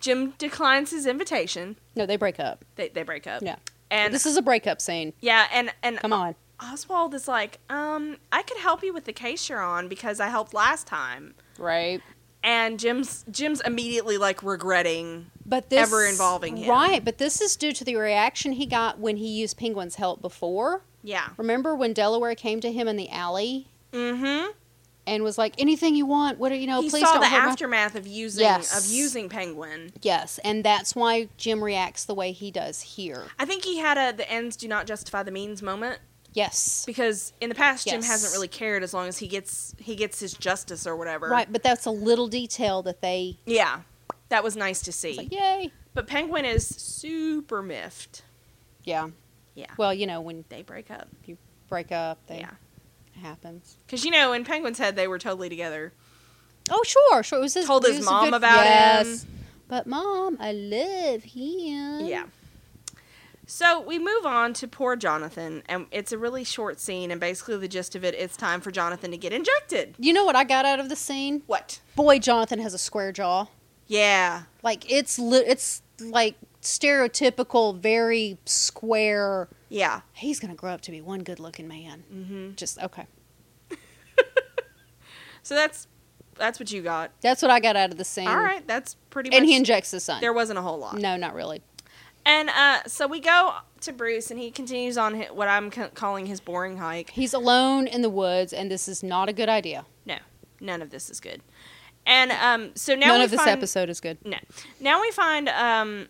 Jim declines his invitation. No, they break up. They they break up. Yeah. and this is a breakup scene. yeah, and and Come on. Oswald is like, um, I could help you with the case you're on because I helped last time. Right. And Jim's Jim's immediately like regretting. But this Ever involving him. Right, but this is due to the reaction he got when he used Penguin's help before. Yeah. Remember when Delaware came to him in the alley Mm-hmm. and was like, "Anything you want, what do you know? he Oh, please saw don't the hurt my-" aftermath of using Yes. of using Penguin. Yes, and that's why Jim reacts the way he does here. I think he had a the ends do not justify the means moment Yes. because in the past Jim Yes. hasn't really cared as long as he gets he gets his justice or whatever. Right, but that's a little detail that they Yeah. That was nice to see. it's like, yay. But Penguin is super miffed. Yeah. Yeah. Well, you know, when They break up. you break up, that Yeah. happens. Cuz you know, in Penguin's head they were totally together. Oh, sure, sure. It was his, Told it his was a mom about him. But mom, I love him. Yeah. So we move on to poor Jonathan, and it's a really short scene, and basically the gist of it, it's time for Jonathan to get injected. You know what I got out of the scene? What? Boy, Jonathan has a square jaw. Yeah. Like it's li- it's like stereotypical, very square. Yeah. He's gonna grow up to be one good-looking man. hmm Just okay. So that's that's what you got. That's what I got out of the scene. All right, that's pretty much. And he injects his son. there wasn't a whole lot. no, not really. And uh, so we go to Bruce, and he continues on hi- what I'm c- calling his boring hike. He's alone in the woods, and this is not a good idea. No, none of this is good. And um, so now None we of this find- episode is good. No, now we find um,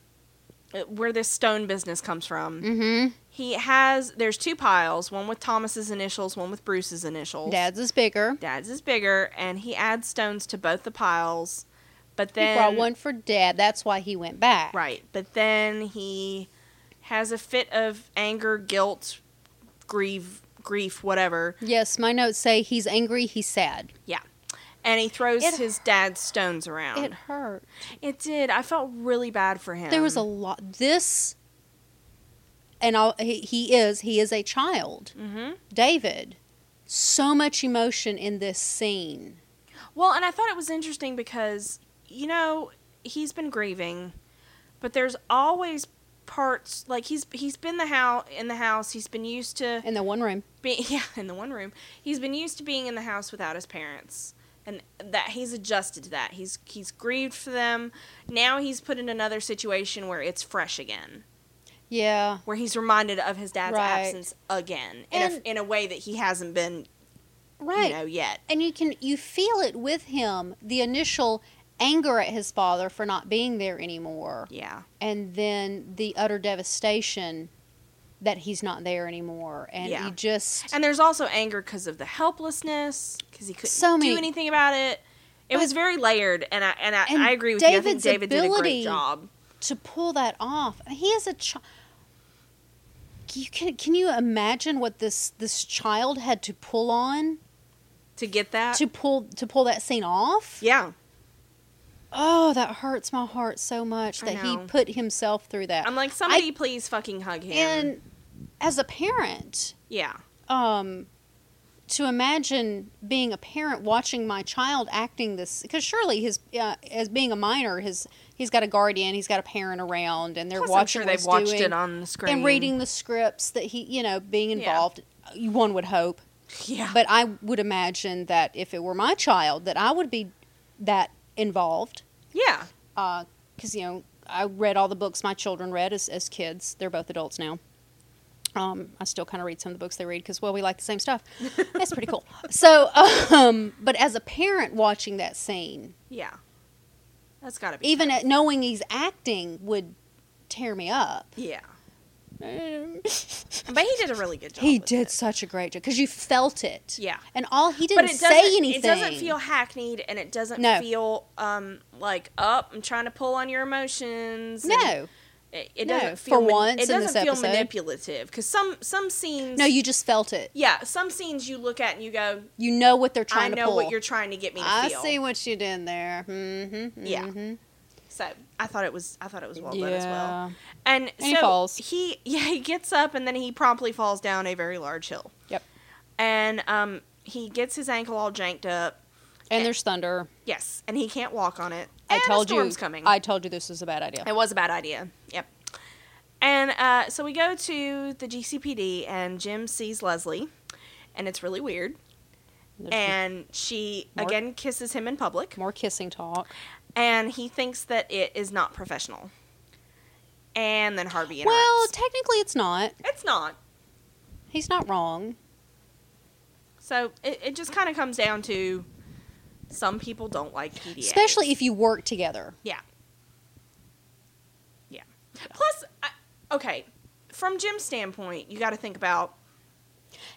where this stone business comes from. Mm-hmm. He has there's two piles, one with Thomas's initials, one with Bruce's initials. Dad's is bigger. Dad's is bigger, and he adds stones to both the piles. But then he brought one for dad. That's why he went back. right, but then he has a fit of anger, guilt, grief, grief, whatever, Yes, my notes say he's angry. He's sad. and he throws It- his dad's stones around. It It, hurt. did. I felt really bad for him. There was a lot. This, and I'll, he, he is he is a child. hmm David, so much emotion in this scene. Well, and I thought it was interesting because, you know, he's been grieving, but there's always parts like he's he's been the house in the house, he's been used to In the one room, being [laughs] yeah, in the one room. He's been used to being in the house without his parents. And that he's adjusted to that. He's he's grieved for them. Now he's put in another situation where it's fresh again, yeah, where he's reminded of his dad's Right. absence again in a, And- in a way that he hasn't been, right. you know, yet. And you can you feel it with him. The initial anger at his father for not being there anymore, Yeah. and then the utter devastation that he's not there anymore, and Yeah. you just And there's also anger because of the helplessness, because he couldn't So many- do anything about it. It was But- very layered, and I and I, And I agree with you. I think David's David did a great ability- job. to pull that off. He is a child. You can can you imagine what this this child had to pull on to get that. to pull to pull that scene off? Uh, yeah, Oh, that hurts my heart so much I that he know. put himself through that. I'm like somebody, please fucking hug him. and as a parent, yeah, um to imagine being a parent watching my child acting this because surely his uh, as being a minor his he's got a guardian he's got a parent around and they're Plus, I'm watching sure what they've he's watched doing. it on the screen and reading the scripts that he, you know, being involved, one would hope. Yeah, But I would imagine that if it were my child, that I would be that involved yeah, because uh, you know I read all the books my children read as as kids. They're both adults now. Um, I still kind of read some of the books they read because well, we like the [laughs] same stuff. That's pretty cool. So, um, but as a parent watching that scene, yeah. That's gotta be even tough. at knowing he's acting, would tear me up. [laughs] yeah. But he did a really good job. He with did it. such a great job because you felt it. Yeah. And all he but didn't it doesn't. say anything. It doesn't feel hackneyed, and it doesn't No. feel um like up. I'm trying to pull on your emotions. and- No. It, it No, doesn't for feel man- once it in this doesn't feel episode. manipulative because some some scenes. No, you just felt it. yeah, some scenes you look at and you go, You know what they're I trying to know pull. what you're trying to get me to I feel. see what you did there. Mm-hmm, Yeah. So I thought it was I thought it was well done as well. And, so he falls. he [laughs] yeah he gets up and then he promptly falls down a very large hill. Yep. And um he gets his ankle all janked up. And there's thunder. Yes, and he can't walk on it. I And a told you. storm's coming. I told you this was a bad idea. It was a bad idea. Yep. And uh, so we go to the GCPD, and Jim sees Leslie, and it's really weird. There's And she More- again kisses him in public, more kissing talk. and he thinks that it is not professional. And then Harvey interrupts. Well, technically, it's not. it's not. He's not wrong. So it, it just kind of comes down to some people don't like PDA. Especially if you work together. Yeah. Yeah. Plus, I, okay, from Jim's standpoint, you got to think about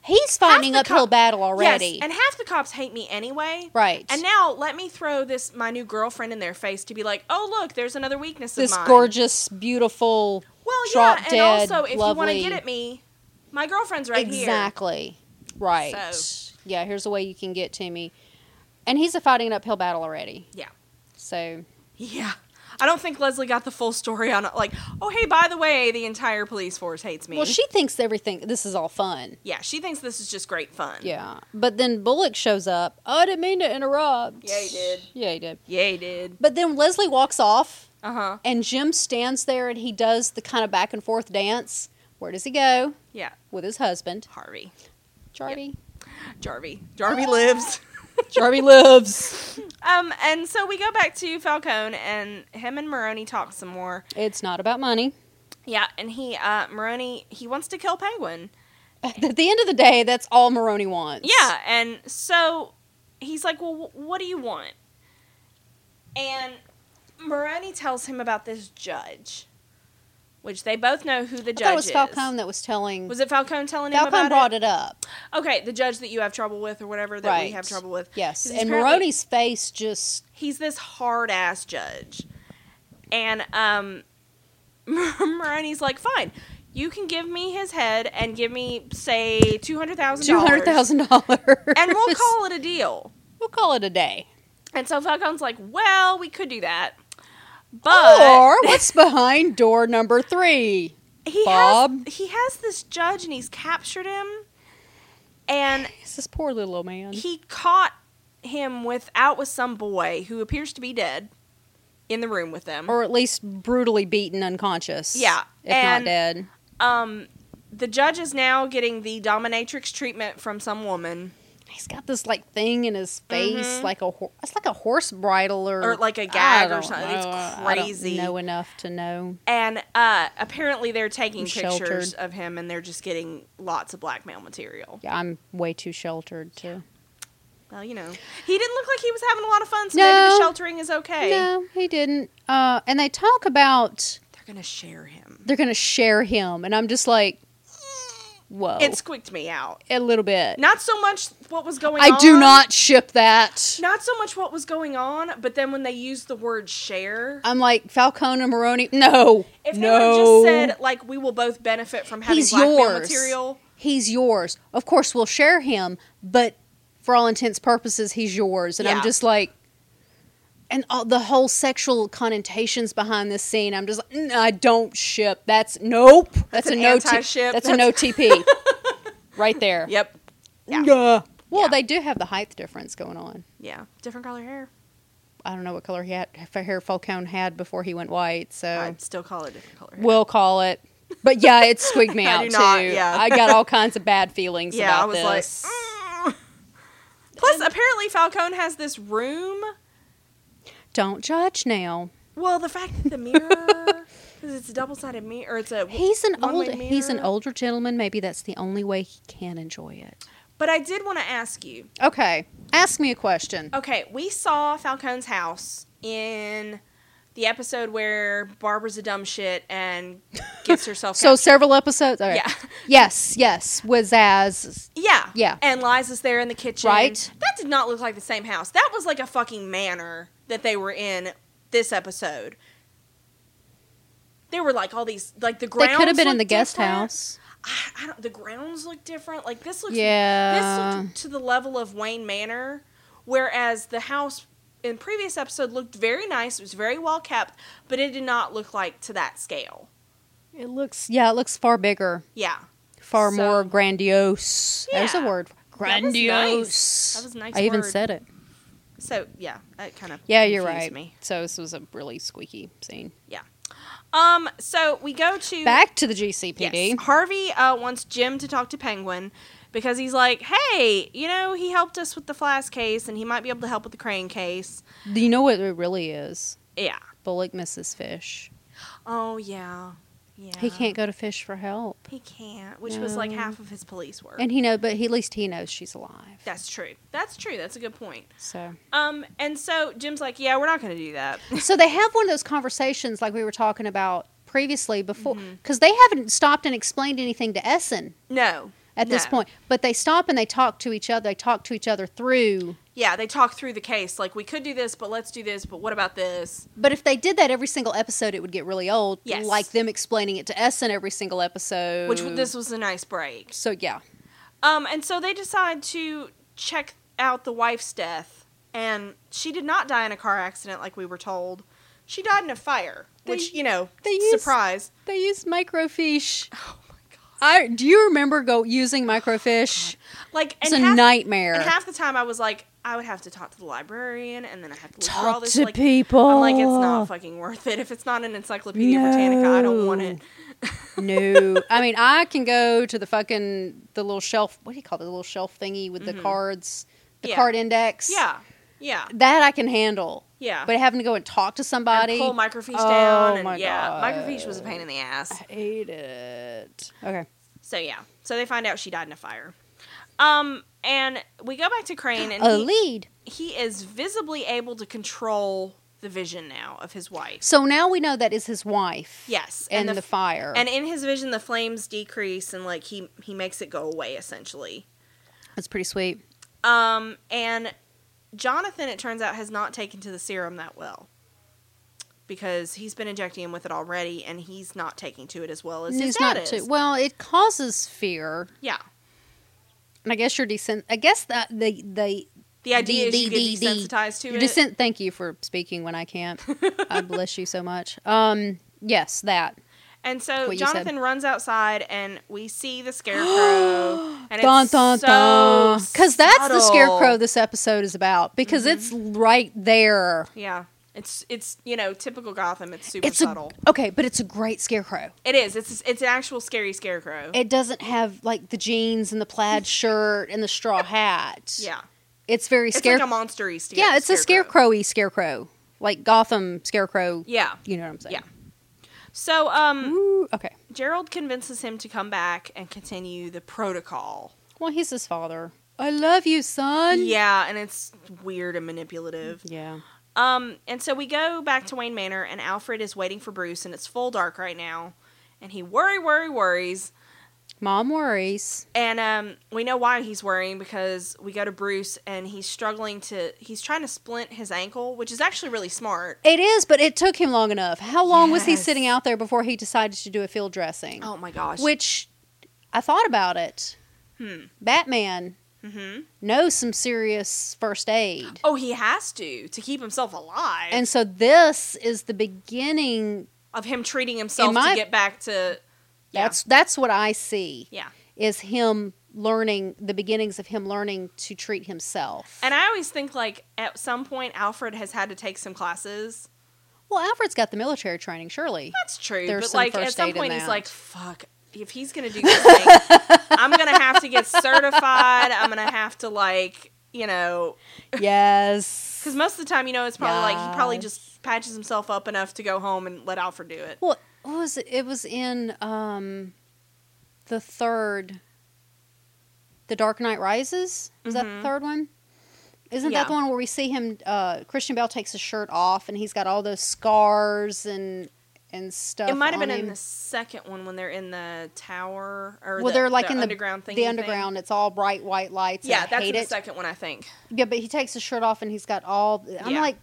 He's fighting the uphill co- battle already. Yes, and half the cops hate me anyway. right. And now let me throw this my new girlfriend in their face to be like, oh look, there's another weakness this of mine. gorgeous, beautiful. well, drop yeah, dead, and also if you want to lovely- get at me, my girlfriend's right exactly. Right. So- Yeah, here's a way you can get to me. And he's a fighting an uphill battle already. here. Yeah, So yeah. I don't think Leslie got the full story on it. Like, oh hey, by the way, the entire police force hates me. Well, she thinks everything this is all fun. yeah, she thinks this is just great fun. Yeah. But then Bullock shows up. Oh, I didn't mean to interrupt. Yeah, he did. Yeah, he did. yeah, he did. But then Leslie walks off Uh huh. and Jim stands there and he does the kind of back and forth dance. Where does he go? Yeah, With his husband. Harvey, Jarvie. Jarvey, Jarvey [laughs] lives. Jarvie lives. Um, and so we go back to Falcone, and him and Maroni talk some more. [laughs] It's not about money. Yeah, and he, uh, Maroni, he wants to kill Penguin. At the end of the day, that's all Maroney wants. Yeah, and so he's like, "Well, wh- what do you want?" And Maroni tells him about this judge, which they both know who the I judge thought it was is. Falcone that was telling. Was it Falcone telling him Falcone about brought it? it up. Okay, the judge that you have trouble with, or whatever that we Right. have trouble with. Yes. 'Cause he's And apparently- Maroney's face just. he's this hard ass judge. And um [laughs] Maroni's like, fine, you can give me his head and give me, say, two hundred thousand Two hundred thousand dollars, And we'll call it a deal. [laughs] we'll call it a day. And so Falcon's like, Well, we could do that. Or But what's behind door number three? he Bob? has he has this judge and he's captured him and It's this poor little old man. he caught him with out with some boy who appears to be dead in the room with them. or at least brutally beaten unconscious. Yeah, If and- not dead. um the judge is now getting the dominatrix treatment from some woman He's got this like thing in his face, Mhm. like a hor- it's like a horse bridle or Or, like, a I gag or don't something. It's know. I don't crazy. know enough to know. and uh apparently they're taking He's pictures sheltered. of him and they're just getting lots of blackmail material Yeah, I'm way too sheltered to. well you know he didn't look like he was having a lot of fun so maybe No. the sheltering is okay No, he didn't. Uh, and they talk about they're gonna share him they're going to share him, and I'm just like, whoa, it squeaked me out a little bit. not so much what was going on I do not ship that. not so much what was going on but then when they used the word share I'm like Falcone and Maroney. No, if they would've no. just said like we will both benefit from having He's blackmail yours. material he's yours. Of course, we'll share him, but for all intents purposes, he's yours. And Yeah. I'm just like, and all, the whole sexual connotations behind this scene, I'm just like, "Mm, I don't ship. That's nope. That's, an a no anti-ship. That's, [laughs] a no That's- TP. right there. yep Yeah. Nah. Well, Yeah. they do have the height difference going on. yeah different color hair I don't know what color he had, hair Falcone had before he went white. So I'd still call it a different color. hair. we'll call it. But yeah, it squeaked [laughs] me I out do too. not, yeah. I got all kinds of bad feelings yeah, about I was this. like. "Mm." [laughs] Plus, apparently Falcone has this room. Don't judge now. Well, the fact that the [laughs] mirror, because it's a double-sided mirror, or it's a He's an one-way old he's an mirror. older gentleman. Maybe that's the only way he can enjoy it. But I did want to ask you. Okay. Ask me a question. Okay, we saw Falcone's house in the episode where Barbara's a dumb shit and gets herself. [laughs] So captured. several episodes. All right. Yeah. Yes, yes. With Zaz. yeah, Yeah. and Liza's there in the kitchen. Right. That did not look like the same house. That was like a fucking manor that they were in this episode. There were like all these like the They grounds. could have been in the looked guest different. house. I, I don't. The grounds look different. Like this looks. Yeah. This looked to the level of Wayne Manor, whereas the house in previous episode looked very nice. It was very well kept, but it did not look like to that scale. It looks yeah, it looks far bigger, Yeah. far So- more grandiose. There's a Yeah. word. That was nice. Grandiose. That was a nice I even word. said it. So yeah, that kind of Yeah, you're confused right. Me. So this was a really squeaky scene. Um. So we go to Back to the GCPD. Yes. Harvey uh, wants Jim to talk to Penguin because he's like, hey, you know, he helped us with the flask case and he might be able to help with the crane case. Do you know what it really is? Yeah. Bullock misses Fish. Oh, yeah. Yeah. He can't go to Fish for help, He can't, which was like No. half of his police work. and he know, but he, at least he knows she's alive. That's true. That's true. That's a good point. So, Um, and so Jim's like, yeah, we're not going to do that. [laughs] so they have one of those conversations like we were talking about previously before, Mm-hmm. because they haven't stopped and explained anything to Essen No. at this No. point. But they stop and they talk to each other. They talk to each other through. Yeah, they talk through the case. Like, we could do this, but let's do this, but what about this? But if they did that every single episode, it would get really old. Yes. Like them explaining it to Essen every single episode. Which this was a nice break. So yeah. Um, and so they decide to check out the wife's death, and she did not die in a car accident like we were told. She died in a fire, They- which you know, they used- surprise. They use microfiche. [laughs] Oh my god! Oh I do you remember go using microfiche? Like It's and a half, nightmare. And half the time I was like, I would have to talk to the librarian, and then I have to look for all Talk this. to like, people. I'm like, it's not fucking worth it. If it's not an Encyclopedia Britannica, I don't want it. no. I mean, I can go to the fucking the little shelf. What do you call it? The little shelf thingy with the cards, the Mm-hmm. Yeah. card index. Yeah, yeah, that I can handle. yeah. But having to go and talk to somebody, and pull microfiche Oh down, and my yeah, God. microfiche was a pain in the ass. I hate it. Okay. So yeah, so they find out she died in a fire. Um, and we go back to Crane, and a he, lead. he is visibly able to control the vision now of his wife. So now we know that is his wife. Yes, And, the, the, f- fire. and in his vision, the flames decrease, and like he he makes it go away essentially. That's pretty sweet. Um, and Jonathan, it turns out, has not taken to the serum that well. Because he's been injecting him with it already, and he's not taking to it as well as his He's dad not is. too well. It causes fear, yeah, and I guess you're decent. I guess that the the the idea is the- you the- get the- desensitized to you're it. decent. Thank you for speaking when I can't. [laughs] I bless you so much. Um, yes, that And so What you said. Jonathan runs outside, and we see the [gasps] scarecrow. and dun it's dun so dun. Because that's the subtle. scarecrow this episode is about. Because it's right there. Yeah, it's it's you know typical Gotham. It's super it's subtle. a okay, but it's a great scarecrow. it is. It's it's an actual scary scarecrow. It doesn't have like the jeans and [laughs] the plaid shirt and the straw hat. yeah, it's very it's scarecrow. like a monster east. yeah, it's a scarecrowy scarecrow, like Gotham scarecrow. Yeah, You know what I'm saying? yeah. So um, Ooh, okay. Gerald convinces him to come back and continue the protocol. Well, he's his father. I love you, son. Yeah, and it's weird and manipulative. Yeah. Um, and so we go back to Wayne Manor, and Alfred is waiting for Bruce, and it's full dark right now. And he worry, worry, worries. Mom worries. And um, we know why he's worrying because we go to Bruce, and he's struggling to, he's trying to splint his ankle, which is actually really smart. It is, but it took him long enough. How long was he Yes. sitting out there before he decided to do a field dressing? Oh my gosh. Which I thought about it. Hmm. Batman hmm knows some serious first aid. Oh, he has to to keep himself alive. And so this is the beginning. of him treating himself In my- to get back to. Yeah. That's that's what I see. Yeah. Is him learning the beginnings of him learning to treat himself. And I always think like at some point Alfred has had to take some classes. well, Alfred's got the military training, surely. That's true. There's but some like at first aid some in point he's that. like, fuck. If he's gonna do this thing, I'm gonna have to get certified. I'm gonna have to like, you know, [laughs] yes. because most of the time, you know, it's probably like he probably Yes. just patches himself up enough to go home and let Alfred do it. Well, what was it? It was in um, the third, The Dark Knight Rises. Is that the Mhm. third one? Isn't Yeah. that the one where we see him? Uh, Christian Bell takes his shirt off, and he's got all those scars and and stuff. It might have on been in him. the second one when they're in the tower or Well, the, they're like the in the underground thing. the underground. It's all bright white lights. Yeah, and I that's in hate the it. second one, I think. Yeah, but he takes his shirt off, and he's got all. I'm Yeah. like,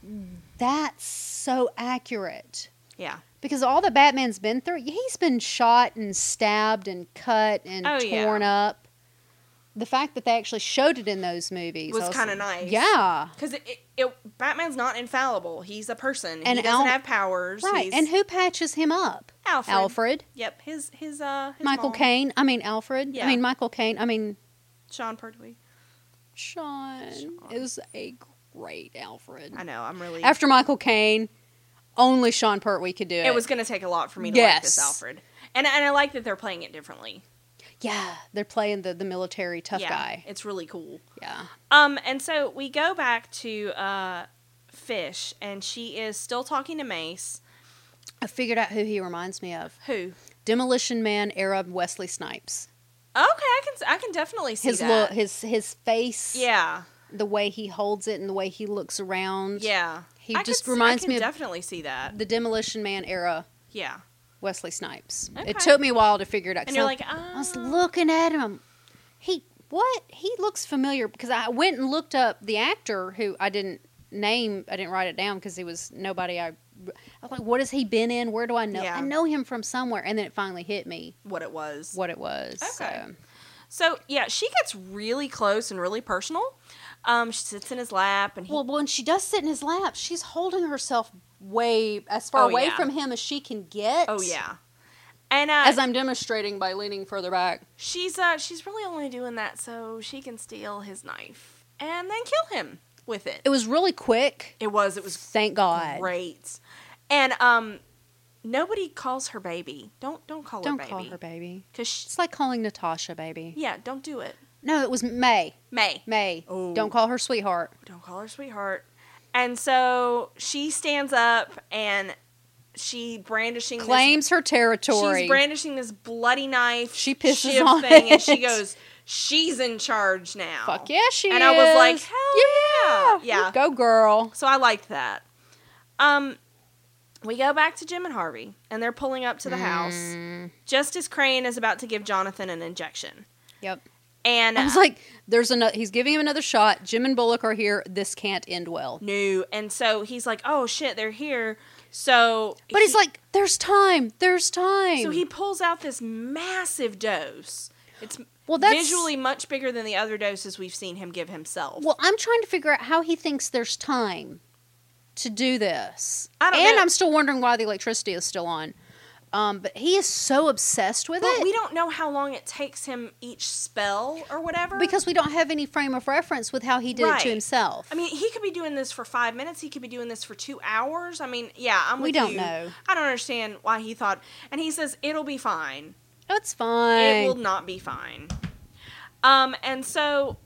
that's so accurate Yeah, because all that Batman's been through, he's been shot and stabbed and cut and Oh, yeah. torn up. The fact that they actually showed it in those movies Was I kinda like, nice. Yeah, Because it, it, it- Batman's not infallible. He's a person. And he doesn't Al- have powers. right. He's And who patches him up? Alfred. Alfred, Yep. His his uh his Michael mom, Caine. I mean Alfred. Yeah. I mean Michael Caine. I mean Sean Pertwee. Sean, Sean. is a great Alfred. I know. I'm really. After Michael Caine, only Sean Pertwee could do it. it was going to take a lot for me to like this Yes. Alfred. And and I like that they're playing it differently. yeah. They're playing the the military tough yeah, guy. It's really cool. Yeah. Um, and so we go back to uh, Fish, and she is still talking to Mace. I figured out who he reminds me of. Who? Demolition Man era Wesley Snipes. Okay, I can I can definitely see His that. look, his his face, yeah, the way he holds it, and the way he looks around. yeah. He I could just see- I reminds can me of- definitely see that. the Demolition Man era Yeah, Wesley Snipes. Okay. It took me a while to figure it out. 'cause and you're I- like, I was "Ah." looking at him. He what? He looks familiar because I went and looked up the actor who I didn't name. I didn't write it down because he was nobody. I, I was like, what has he been in? Where do I know? Yeah. I know him from somewhere. And then it finally hit me what it was. what it was. Okay. so. So yeah, she gets really close and really personal. Um, she sits in his lap, and he Well, when she does sit in his lap, she's holding herself way as far Oh, away yeah. from him as she can get. oh yeah, and uh, As I'm demonstrating by leaning further back. she's uh, she's really only doing that so she can steal his knife and then kill him with it. It was really quick. It was it was Thank God. great. And um nobody calls her baby. Don't don't call Don't her call baby. her baby. Cuz she, It's like calling Natasha baby. yeah, don't do it. No, it was May. May. May. Oh. Don't call her sweetheart. Don't call her sweetheart. And so she stands up and she brandishing this- Claims her territory. she's brandishing this bloody knife. She pisses shiv on thing and she it. goes, "She's in charge now." Fuck yeah, she And I was like, is. "Hell yeah." Yeah. You Go girl. So I liked that. Um, we go back to Jim and Harvey, and they're pulling up to the Mm. house just as Crane is about to give Jonathan an injection. Yep. And I was like, there's another he's giving him another shot. Jim and Bullock are here. This can't end well. new, and so he's like, "Oh shit, they're here." So, But he's he- like, there's time. There's time. so he pulls out this massive dose. It's Well, that's- visually much bigger than the other doses we've seen him give himself. Well, I'm trying to figure out how he thinks there's time to do this. I don't and know. I'm still wondering why the electricity is still on. Um, but he is so obsessed with but it we don't know how long it takes him each spell or whatever. because we don't have any frame of reference with how he did it Right. to himself. I mean, he could be doing this for five minutes. He could be doing this for two hours. I mean, yeah, I'm. We With don't you. know. I don't understand why he thought. And he says it'll be fine. that's fine. It will not be fine. Um, and so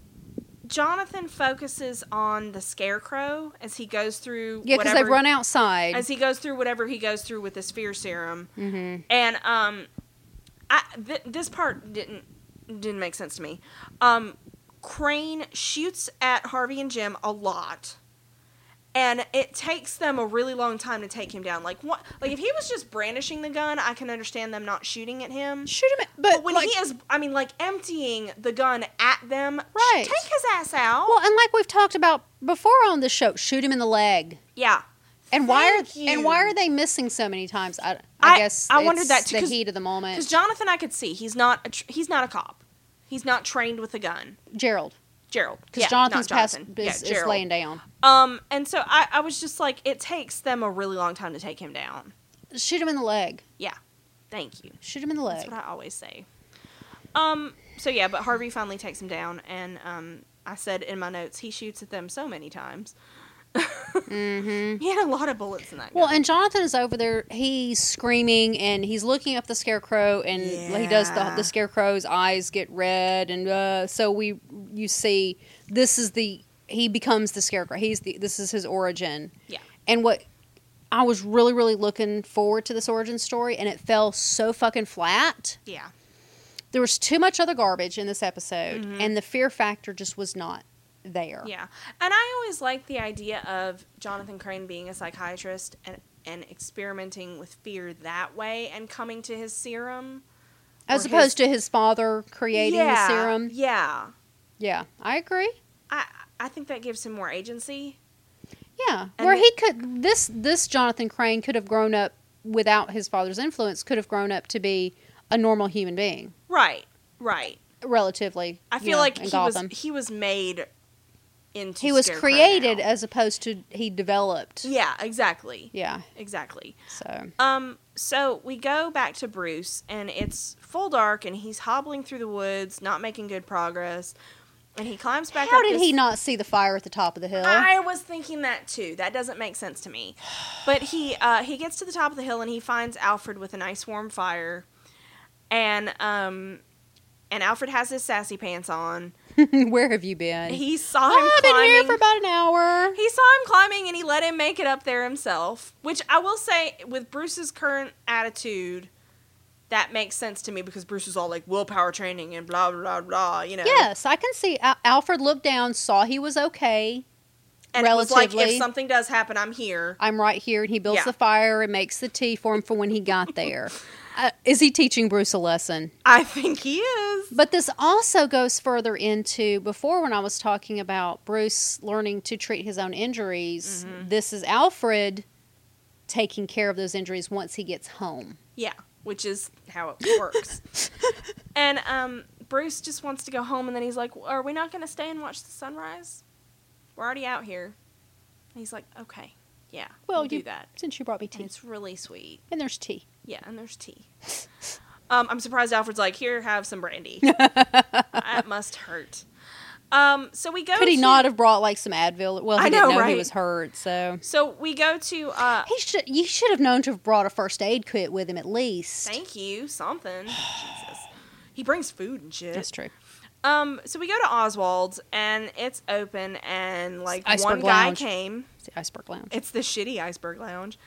Jonathan focuses on the scarecrow as he goes through. yeah, because they whatever- run outside. as he goes through whatever he goes through with this fear serum. Mm-hmm. And um, I th- this part didn't didn't make sense to me. Um, Crane shoots at Harvey and Jim a lot, and it takes them a really long time to take him down. Like what? Like if he was just brandishing the gun, I can understand them not shooting at him. Shoot him, at, but, But when like, he is, I mean, like emptying the gun at them, sh- Right. Take his ass out. well, and like we've talked about before on this show, shoot him in the leg. yeah. And why are Thank you. and why are they missing so many times? I, I, I- guess I wondered it's that too, the 'cause- heat of the moment. Because Jonathan, I could see he's not a tr- he's not a cop. He's not trained with a gun. Gerald, Gerald, because Yeah, Jonathan's not past Jonathan. is, yeah, is Gerald. laying down. Um, and so I, I was just like, it takes them a really long time to take him down. Shoot him in the leg. Yeah, thank you. Shoot him in the leg. That's what I always say. Um, so yeah, but Harvey finally takes him down, and um, I said in my notes, he shoots at them so many times. [laughs] He had a lot of bullets in that. Mm-hmm. Well, gun. and Jonathan is over there. He's screaming and he's looking up the scarecrow, and he does the Yeah. the scarecrow's eyes get red, and uh, so we you see this is the he becomes the scarecrow. He's the this is his origin, yeah, and what I was really really looking forward to this origin story, and it fell so fucking flat. yeah, There was too much other garbage in this episode, Mm-hmm. and the fear factor just was not there. yeah. And I always liked the idea of Jonathan Crane being a psychiatrist and and experimenting with fear that way, and coming to his serum. As Or his- opposed to his father creating yeah, the serum. Yeah, Yeah, I agree. I I think that gives him more agency. Yeah, And where the- he could this this Jonathan Crane could have grown up without his father's influence, could have grown up to be a normal human being, Right. Right. relatively. I you feel know, like in he Gotham. was he was made into he was Scarecrow created now. as opposed to he developed. Yeah, exactly. Yeah. Exactly. So Um, so we go back to Bruce, and it's full dark, and he's hobbling through the woods, not making good progress. And he climbs back how up. did this- he not see the fire at the top of the hill? I was thinking that too. That doesn't make sense to me. But he uh, he gets to the top of the hill and he finds Alfred with a nice warm fire, and um, and Alfred has his sassy pants on. [laughs] Where have you been? Oh, He saw him I've been climbing. here for about an hour. He uh, saw him climbing and he let him make it up there himself, which I will say, with Bruce's current attitude, that makes sense to me because Bruce was all like willpower training and blah, blah, blah, you know. Yes, I can see. Al- Alfred looked down, saw he was okay. And it was like, if relatively. something does happen, I'm here. I'm right here, and he builds Yeah. the fire and makes the tea for him for when he got there. [laughs] uh, is he teaching Bruce a lesson? I think he is. But this also goes further into before when I was talking about Bruce learning to treat his own injuries. Mm-hmm. This is Alfred taking care of those injuries once he gets home. Yeah, which is how it works. [laughs] and um, Bruce just wants to go home, and then he's like, Are we not going to stay and watch the sunrise? We're already out here. And he's like, Okay, yeah, Well, we'll do you- that. Since you brought me And tea, it's really sweet. and there's tea. Yeah, and there's [laughs] tea. Um, I'm surprised Alfred's like, here, have some [laughs] brandy. that must hurt. Um, so we go. Could he to, not have brought like some Advil? Well, he I didn't know, know right? he was hurt, so So we go to. Uh, he should. You should have known to have brought a first aid kit with him at least. thank you, something. Jesus, he brings food and shit. That's true. Um, so we go to Oswald's and it's open and like Iceberg one guy Lounge. came. It's the iceberg lounge. It's the shitty iceberg lounge.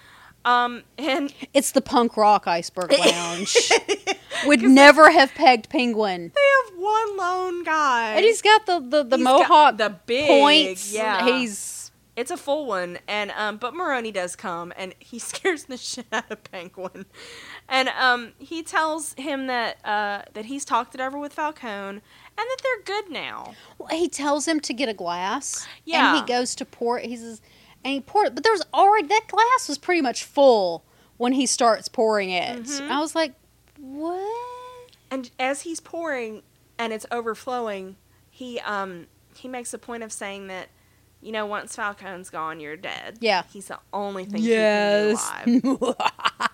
Um, and [laughs] It's the punk rock iceberg [laughs] lounge. Would never have pegged penguin. they have one lone guy. And he's got the the, the He's got mohawk the big points. Yeah, He's It's a full one, and um, but Maroney does come, and he [laughs] scares the shit out of Penguin, and um, he tells him that uh, that he's talked it over with Falcone, and that they're good now. well, he tells him to get a glass. Yeah. And he goes to pour it. He says and he poured it but there was already that glass was pretty much full when he starts pouring it. Mhm. I was like, What? And as he's pouring, and it's overflowing, he um, he makes a point of saying that, you know, once Falcone's gone, you're dead. Yeah. he's the only thing yes. keeping [laughs] you alive.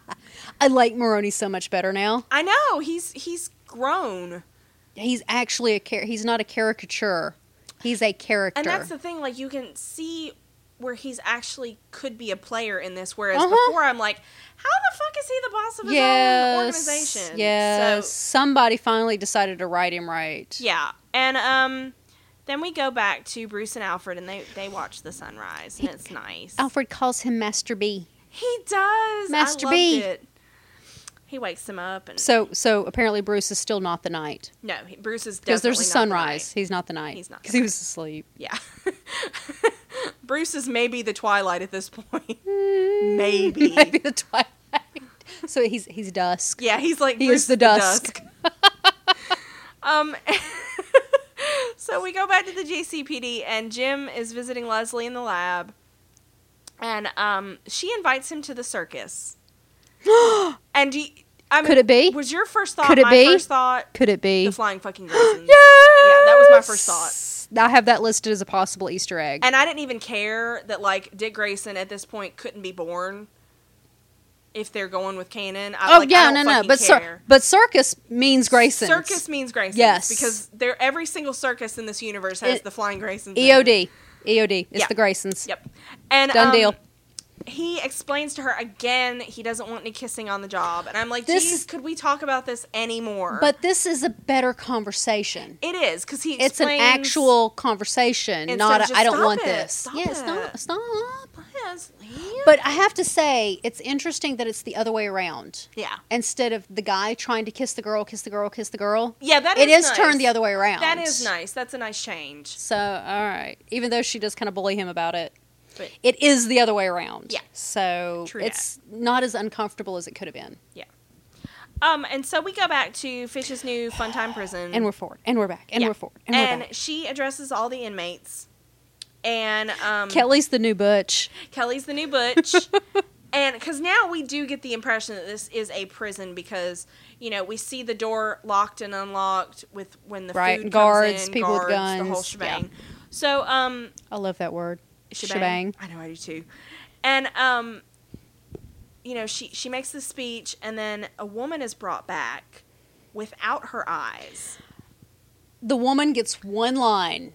I like Maroney so much better now. I know he's he's grown. He's actually a char- he's not a caricature. He's a character. And that's the thing, like you can see where he's actually could be a player in this, whereas Uh-huh. before I'm like, how the fuck is he the boss of his own organization? Yes. So Somebody finally decided to write him right. yeah. And um then we go back to Bruce and Alfred and they, they watch the sunrise and it's nice. Alfred calls him Master B. He does. Master I loved B. it. He wakes them up and So so apparently Bruce is still not the knight no, he, Bruce is because because there's a sunrise. He's not the knight. He's not the because he was asleep. [laughs] Yeah. [laughs] Bruce is maybe the twilight at this [laughs] point. maybe. Maybe the twilight. So he's he's dusk. Yeah, he's like He Bruce is the dusk. um, so we go back to the JCPD, and Jim is visiting Leslie in the lab, and um, she invites him to the [gasps] circus. and do you, I mean, Could it be? Was your first thought? Could it my be? first thought [gasps] Could it be? the flying fucking Graysons. [gasps] yeah. that was my first thought. I have that listed as a possible Easter egg. And I didn't even care that like Dick Grayson at this point couldn't be born. If they're going with canon, I, oh like, I yeah, don't no, no. fucking But care. cir- but circus means Grayson. Circus means Graysons. Yes. Because they're, every single circus in this universe has It- the flying Graysons. in it. EOD. EOD. It's Yeah. the Graysons. Yep. And Done um, deal. He explains to her again he doesn't want any kissing on the job, and I'm like, This "Geez, is- could we talk about this anymore?" But this is a better conversation. it is because he it's an explains- actual conversation, Instead not of a, just I don't stop want it, this. stop yeah, stop, it. stop. Leslie? But I have to say, it's interesting that it's the other way around. yeah, Instead of the guy trying to kiss the girl, kiss the girl, kiss the girl, yeah, that is it is nice. turned the other way around. That is nice. That's a nice change. So, all right. Even though she does kind of bully him about it, But it is the other way around. Yeah. So True it's not as uncomfortable as it could have been. um, and so we go back to Fish's new Funtime prison, And we're forward. And we're back. And Mm. Yeah. we're forward. And, and we're back. she addresses all the inmates, and um, Kelly's the new butch. [laughs] Kelly's the new butch. And because now we do get the impression that this is a prison because you know we see the door locked and unlocked with when the Right, food guards, comes in, people with guards, the whole guns, yeah. shebang. So um, I love that word. shebang. I know I do too. And um, you know she she makes the speech and then a woman is brought back without her eyes. The woman gets one line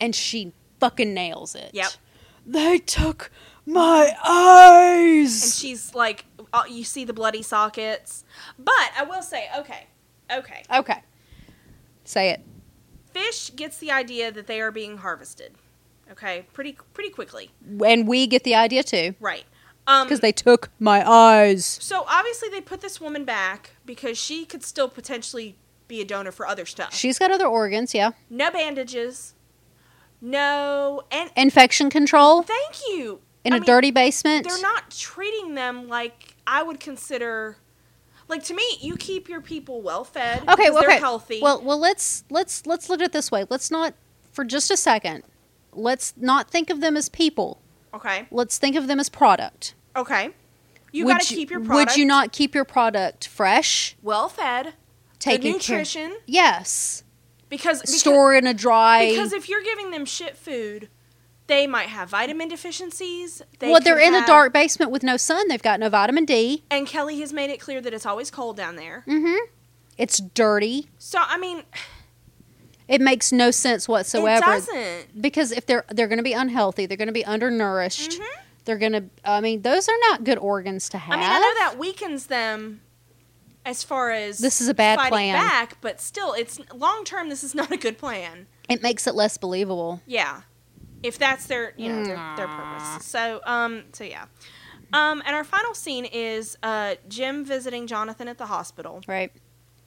and she fucking nails it. Yep. They took my eyes. and she's like uh, you see the bloody sockets but i will say okay okay okay. Say it. fish gets the idea that they are being harvested okay pretty pretty quickly And we get the idea too right um because they took my eyes. so obviously they put this woman back because she could still potentially be a donor for other stuff She's got other organs, yeah. no bandages no and Infection control thank you in a a dirty basement. they're not treating them like I would consider. Like to me, you keep your people well fed. okay, because well, okay. They're healthy. Well, well, let's let's let's look at it this way. Let's not for just a second. Let's not think of them as people. okay. Let's think of them as product. Okay. You Would got to keep your product Would you not keep your product fresh? well fed, the Taking care. nutrition Yes. because, because Store in a dry. because if you're giving them shit food, they might have vitamin deficiencies. They well, they're could in a have- dark basement with no sun. They've got no vitamin D. And Kelly has made it clear that it's always cold down there. Mm-hmm. It's dirty. So I mean, It makes no sense whatsoever. it doesn't. because if they're they're going to be unhealthy, they're going to be undernourished. Mhm. They're going to. I mean, those are not good organs to I have. mean, I know that weakens them as far as This is a bad fighting plan. back, but still, it's long term. This is [laughs] not a good plan. It makes it less believable. Yeah, if that's their you know their, their purpose. So um so yeah, um and our final scene is uh Jim visiting Jonathan at the hospital, Right.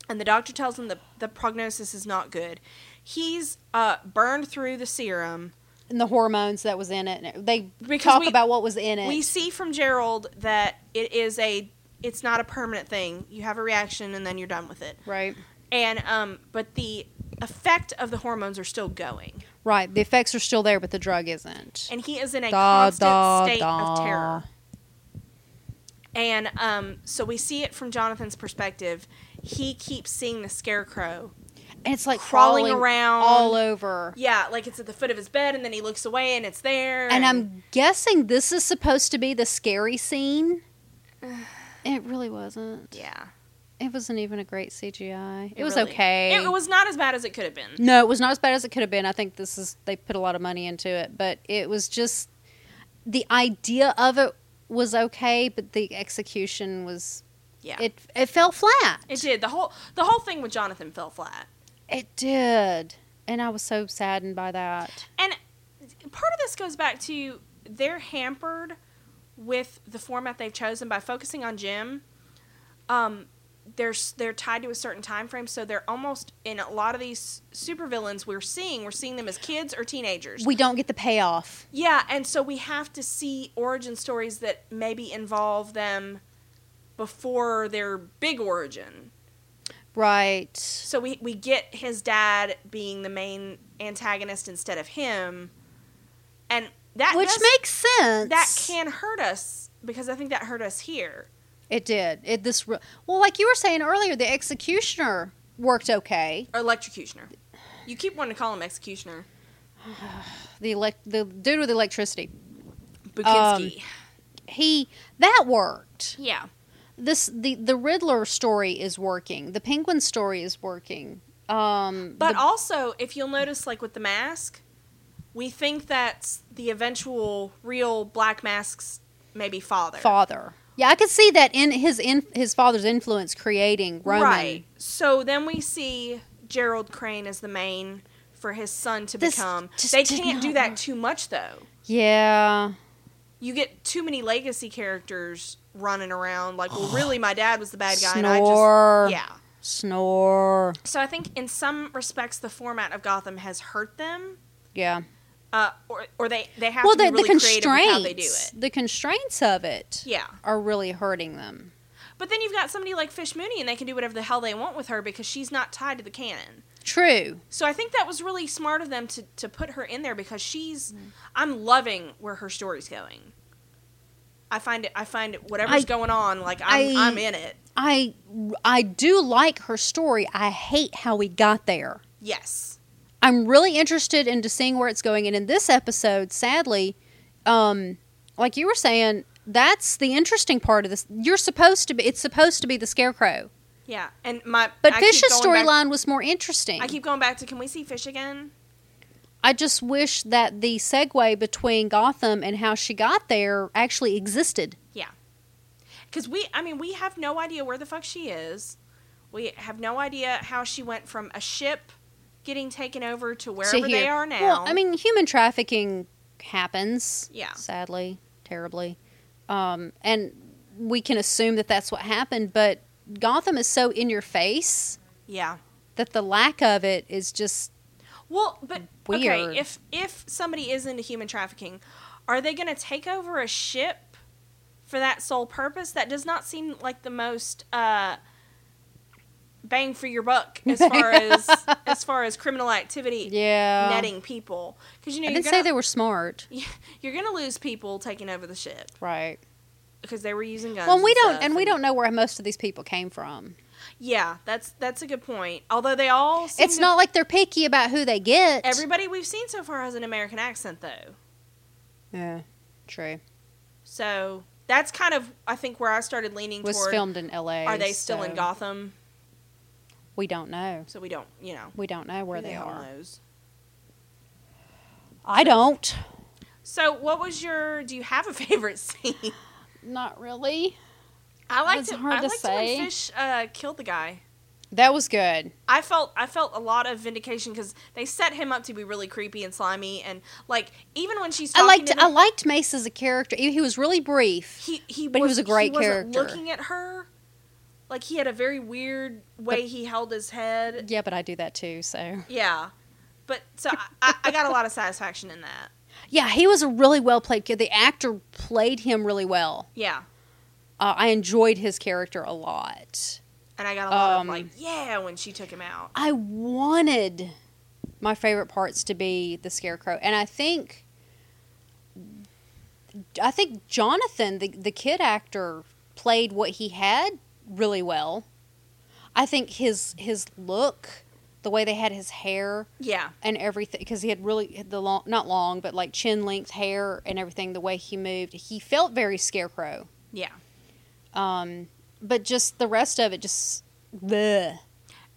and the doctor tells him the the prognosis is not good. He's uh burned through the serum. And the hormones that was in it. and They Because talk we- about what was in it. We see from Gerald that it is a it's not a permanent thing. You have a reaction and then you're done with it. right. and um, but the effect of the hormones are still going, Right. The effects are still there, but the drug isn't. and he is in a Da, constant da, state da. of terror. And um, so we see it from Jonathan's perspective. He keeps seeing the scarecrow. And it's like crawling crawling, around. all over. Yeah, like it's at the foot of his bed, and then he looks away, and it's there. And I'm guessing this is supposed to be the [sighs] scary scene. It really wasn't. yeah, It wasn't even a great CGI. It, was really- okay. It was not as bad as it could have been. No, it was not as bad as it could have been. I think this is they put a lot of money into it, but it was just the idea of it was okay, but the execution was Yeah, it, it it fell flat. did. The whole the whole thing with Jonathan fell flat, It did. And I was so saddened by that. and part of this goes back to they're hampered with the format they've chosen by focusing on Jim. um, they're s- they're tied to a certain time frame, so they're almost in a lot of these supervillains we're seeing. We're seeing them as kids or teenagers. We don't get the payoff. yeah, and so we have to see origin stories that maybe involve them before their big origin. Right. So we we get his dad being the main antagonist instead of him, and that Which does- makes sense. that can hurt us because I think that hurt us here. It did. It this re- Well, like you were saying earlier, the executioner worked okay. Or electrocutioner. You keep wanting to call him executioner. The elect the dude with electricity. Bukinski. He that worked. Um, yeah. this the the Riddler story is working. The Penguin story is working. Um, But the- also, if you'll notice, like with the mask, we think that's the eventual real Black Mask's maybe father. father, yeah, I could see that in his in his father's influence creating Roman. Right. So then we see Gerald Crane as the main for his son to This become. just They did can't do not that work. too much, though. Yeah, You get too many legacy characters running around, like, [gasps] well, really, my dad was the bad guy, Snore. and I just. Yeah. snore. So I think in some respects, the format of Gotham has hurt them. Yeah. Uh, or, or they, they have Well, to be the, really the creative with how they do constraints, it. the constraints of it, Yeah. are really hurting them. But then you've got somebody like Fish Mooney, and they can do whatever the hell they want with her because she's not tied to the canon. True. So I think that was really smart of them to, Mm. to put her in there because she's. I'm loving where her story's going. I I find it. I find it. Whatever's I- going on, like I'm, I- I, am in it. I I do like her story. I hate how we got there. Yes. I'm really interested into seeing where it's going. And in this episode, sadly, um, like you were saying, that's the interesting part of this. You're supposed to be. It's supposed to be the scarecrow, Yeah. And my but I keep Fish's going back- storyline was more interesting. I keep going back to. Can we see fish again? I just wish that the segue between Gotham and how she got there actually existed. Yeah. Because we, I mean, we have no idea where the fuck she is. We have no idea how she went from a ship getting taken over to wherever they here. are now. Well, I mean, human trafficking happens. Yeah. Sadly, terribly. Um, and we can assume that that's what happened, but Gotham is so in your face yeah. that the lack of it is just Well, but Weird. okay, if if somebody is into human trafficking, are they going to take over a ship for that sole purpose? That does not seem like the most uh, bang for your [laughs] buck as far as as far as criminal activity yeah. netting people. Because you know I you're didn't gonna, say they were smart, [laughs] you're going to lose people taking over the ship right? because they were using guns. Well, we and don't, stuff, and we don't know where most of these people came from. Yeah, that's that's a good point. Although they all seem It's to- not like they're picky about who they get. everybody we've seen so far has an American accent though. yeah, true. So that's kind of I think where I started leaning Was toward. filmed in L.A. Are they still in so Gotham? We don't know. So we don't, you know, We don't know where who the they hell are. knows. I don't. So what was your? Do you have a [laughs] favorite scene? Not really. I liked It's it. hard I to liked say. when Fish uh, killed the guy. That was good. I felt I felt a lot of vindication because they set him up to be really creepy and slimy and like even when she's I talking liked to them, I liked Mace as a character. He he was really brief. he he But he was a great wasn't character. Looking at her, like he had a very weird way he held his head. Yeah, but I do that too. So Yeah, but so I- I, I got a lot of satisfaction in that. yeah, he was a really well played kid. The actor played him really well. Yeah, Uh, I enjoyed his character a lot. and I got a lot Um, of like yeah when she took him out. I wanted my favorite parts to be the scarecrow, and I think I think Jonathan, the the kid actor, played what he had really well. I think his his look, the way they had his hair, Yeah, and everything because he had really the long not long but like chin length hair and everything the way he moved he felt very scarecrow yeah, um but just the rest of it just bleh.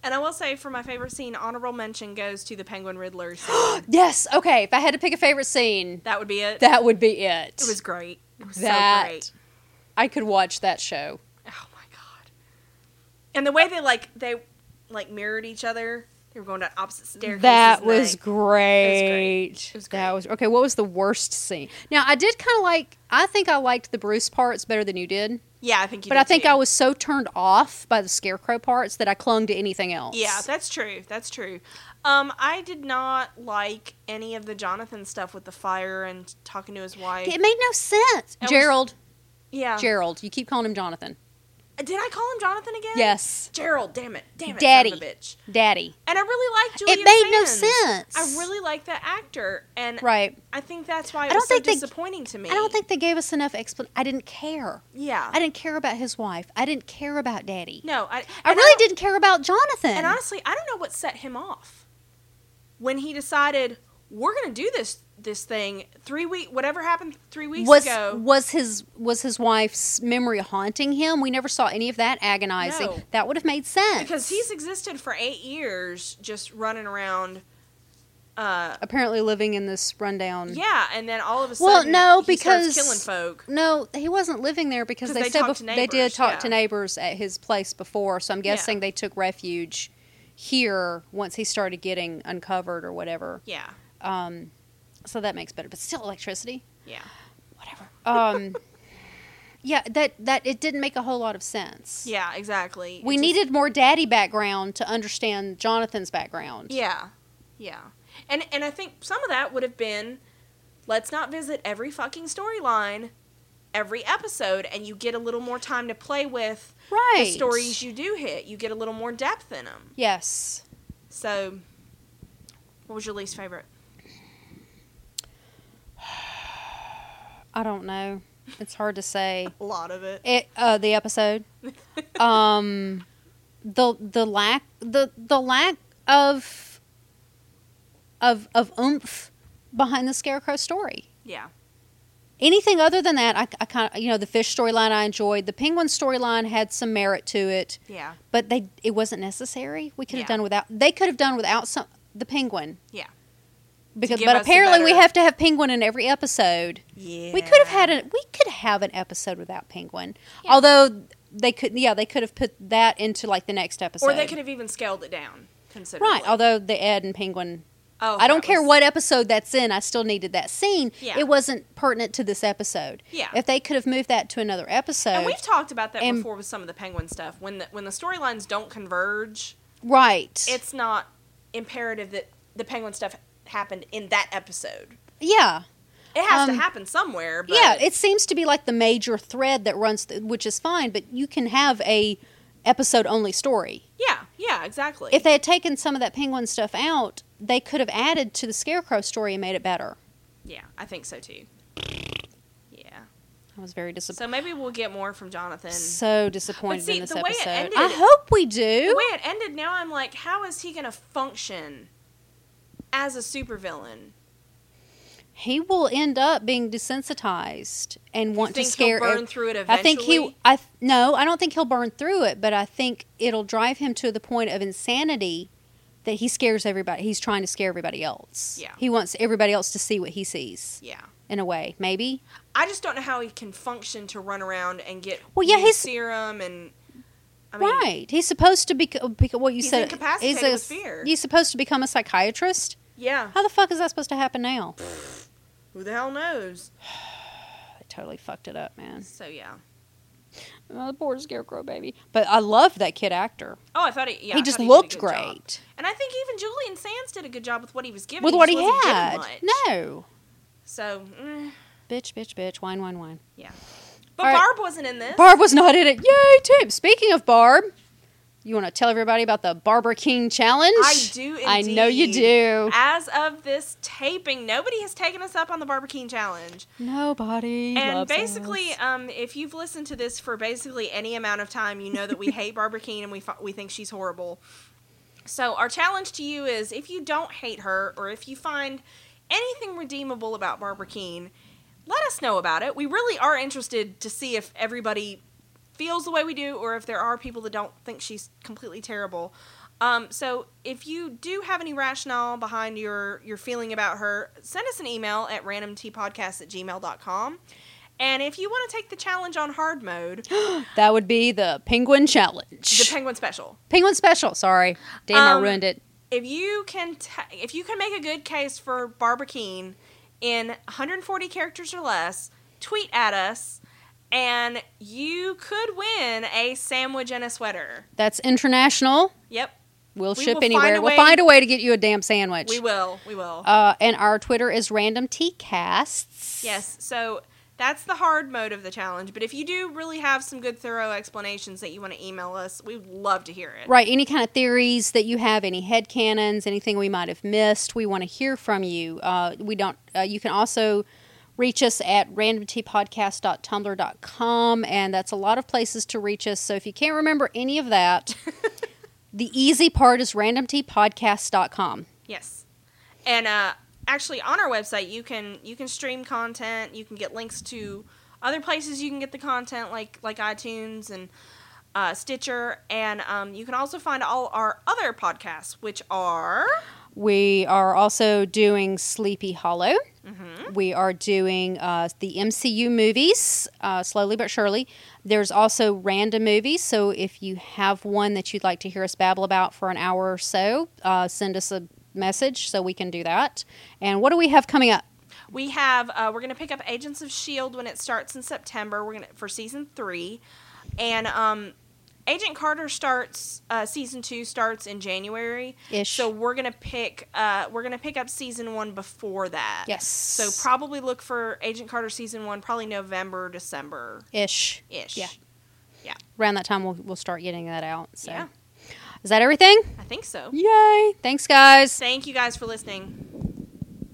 and I will say for my favorite scene, honorable mention goes to the Penguin [gasps] Riddler. Scene. yes okay if i had to pick a favorite scene that would be it. that would be it it was great. It was That- so great. i could watch that show Oh my god! And the way they like they like mirrored each other. They were going down opposite staircases. that and was they- great. It was that great. was okay what was the worst scene now i did kind of like i think i liked the bruce parts better than you did yeah. I think you. but did i think too. i was so turned off by the scarecrow parts that i clung to anything else Yeah, that's true. That's true. Um, I did not like any of the Jonathan stuff with the fire and talking to his wife. It made no It sense. was- Gerald, yeah. Gerald, you keep calling him Jonathan. did I call him Jonathan again? Yes, Gerald, damn it. Damn it, Daddy. son of a bitch. Daddy. And I really like Julian it made Sands. no sense. I really like that actor, and right. I think that's why it I was don't think so they- disappointing to me. I don't think they gave us enough explanation. I didn't care. Yeah. I didn't care about his wife. I didn't care about Daddy. no, I. I and really don't- didn't care about Jonathan. And honestly, I don't know what set him off when he decided we're gonna do this this thing three week whatever happened three weeks was ago. was his was his wife's memory haunting him? We never saw any of that agonizing. No. That would have made sense because he's existed for eight years just running around uh apparently living in this rundown. yeah and then all of a sudden Well, no, he starts because- killing folk No, he wasn't living there because 'Cause they, they said talked to bef- they did neighbors, talk yeah. to neighbors at his place before, so I'm guessing they took refuge here once he started getting uncovered or whatever. yeah Um, so that makes better, but still electricity, yeah [laughs] whatever. Um, yeah, that that it didn't make a whole lot of sense. yeah exactly we It just- needed more daddy background to understand Jonathan's background. yeah yeah and and i think some of that would have been let's not visit every fucking storyline every episode and you get a little more time to play with right. the stories you do hit you get a little more depth in them Yes. so what was your least favorite I don't know. It's hard to say. A lot of it. It, uh, [laughs] the episode. um, the the lack the the lack of of of oomph behind the scarecrow story. Yeah. Anything other than that, I, I kind of you know the fish storyline I enjoyed. The penguin storyline had some merit to it, Yeah. but they it wasn't necessary. We could have Yeah. done without. They could have done without some the penguin. Yeah. Because, give but us a apparently we better- have to have penguin in every episode. Yeah. We could have had a we could have an episode without penguin. Yeah. Although they could yeah, they could have put that into like the next episode. Or they could have even scaled it down considerably. Right, although the Ed and penguin oh, I don't that care was- what episode that's in, I still needed that scene. Yeah. It wasn't pertinent to this episode. Yeah. If they could have moved that to another episode. And we've talked about that and- before with some of the penguin stuff. When the when the storylines don't converge, right. it's not imperative that the penguin stuff happened in that episode. yeah. It has Um, to happen somewhere. But yeah, it seems to be like the major thread that runs th- which is fine, but you can have a episode only story. yeah, yeah, exactly. If they had taken some of that penguin stuff out, they could have added to the scarecrow story and made it better. yeah, I think so too. Yeah. I was very disappointed. So maybe we'll get more from Jonathan. So disappointed But see, in this the way it episode. ended- I hope we do. the way it ended, now I'm like, how is he going to function as a supervillain? he will end up being desensitized and want to Think scare. he'll burn ev- through it eventually? I think he. I th- no, I don't think he'll burn through it, but I think it'll drive him to the point of insanity that he scares everybody. He's trying to scare everybody else. Yeah. He wants everybody else to see what he sees Yeah. in a way, maybe. I just don't know how he can function to run around and get Well, yeah, new he's- serum and I mean, right. He's supposed to be bec- what you He's said. incapacitated a- with fear. He's supposed to become a psychiatrist. Yeah, How the fuck is that supposed to happen now? who the hell knows? I totally fucked it up, man. So yeah. Oh, the poor scarecrow baby. But I loved that kid actor. Oh, I thought he. Yeah, I he just thought did a looked good great. job. and I think even Julian Sands did a good job with what he was given. with just what he wasn't given had. much. No. So, mm, Bitch, bitch, bitch. Wine, wine, wine. yeah. But All right. Barb wasn't in this. Barb was not in it. Yay, tip. Speaking of Barb, you want to tell everybody about the Barber King challenge? I do. Indeed. I know you do. As of this taping, nobody has taken us up on the Barbakeen challenge. Nobody. And loves basically, us. um, if you've listened to this for basically any amount of time, you know that we hate Barbara Keene and we fi- we think she's horrible. So our challenge to you is: if you don't hate her, or if you find anything redeemable about Barbara Keene, let us know about it. We really are interested to see if everybody feels the way we do, or if there are people that don't think she's completely terrible. Um, so if you do have any rationale behind your your feeling about her, send us an email at randomtpodcast at gmail.com. And if you want to take the challenge on hard mode, that would be the Penguin Challenge. the Penguin Special. Penguin Special. Sorry. Damn, Um, I ruined it. If you can, ta if you can make a good case for Barbara Keene in 140 characters or less, tweet at us, and you could win a sandwich and a sweater. That's international. Yep, We'll We ship will find anywhere. a we'll way- find a way to get you a damn sandwich. we will, we will. Uh, and our Twitter is random tcasts. Yes, so that's the hard mode of the challenge. But if you do really have some good, thorough explanations that you want to email us, we'd love to hear it. Right. Any kind of theories that you have, any headcanons, anything we might have missed, we want to hear from you. Uh, we don't. Uh, you can also reach us at randomtpodcast.tumblr.com, and that's a lot of places to reach us. So if you can't remember any of that, the easy part is randomtpodcast.com. Yes, and uh, actually, on our website, you can you can stream content. You can get links to other places. You can get the content like like iTunes and uh, Stitcher, and um, you can also find all our other podcasts, which are We are also doing Sleepy Hollow. We are doing uh, the MCU movies, uh, slowly but surely. There's also random movies. So if you have one that you'd like to hear us babble about for an hour or so, uh, send us a message so we can do that. And what do we have coming up? We have uh, we're gonna pick up Agents of Shield E when it starts in September. We're gonna for season three, and um, Agent Carter starts uh, season two starts in January. Ish. So we're gonna pick uh, we're gonna pick up season one before that. Yes. So probably look for Agent Carter season one probably November December Ish. ish. Yeah. Yeah. Around that time, we'll, we'll start getting that out. So Yeah. is that everything? I think so. Yay. Thanks, guys. Thank you guys for listening.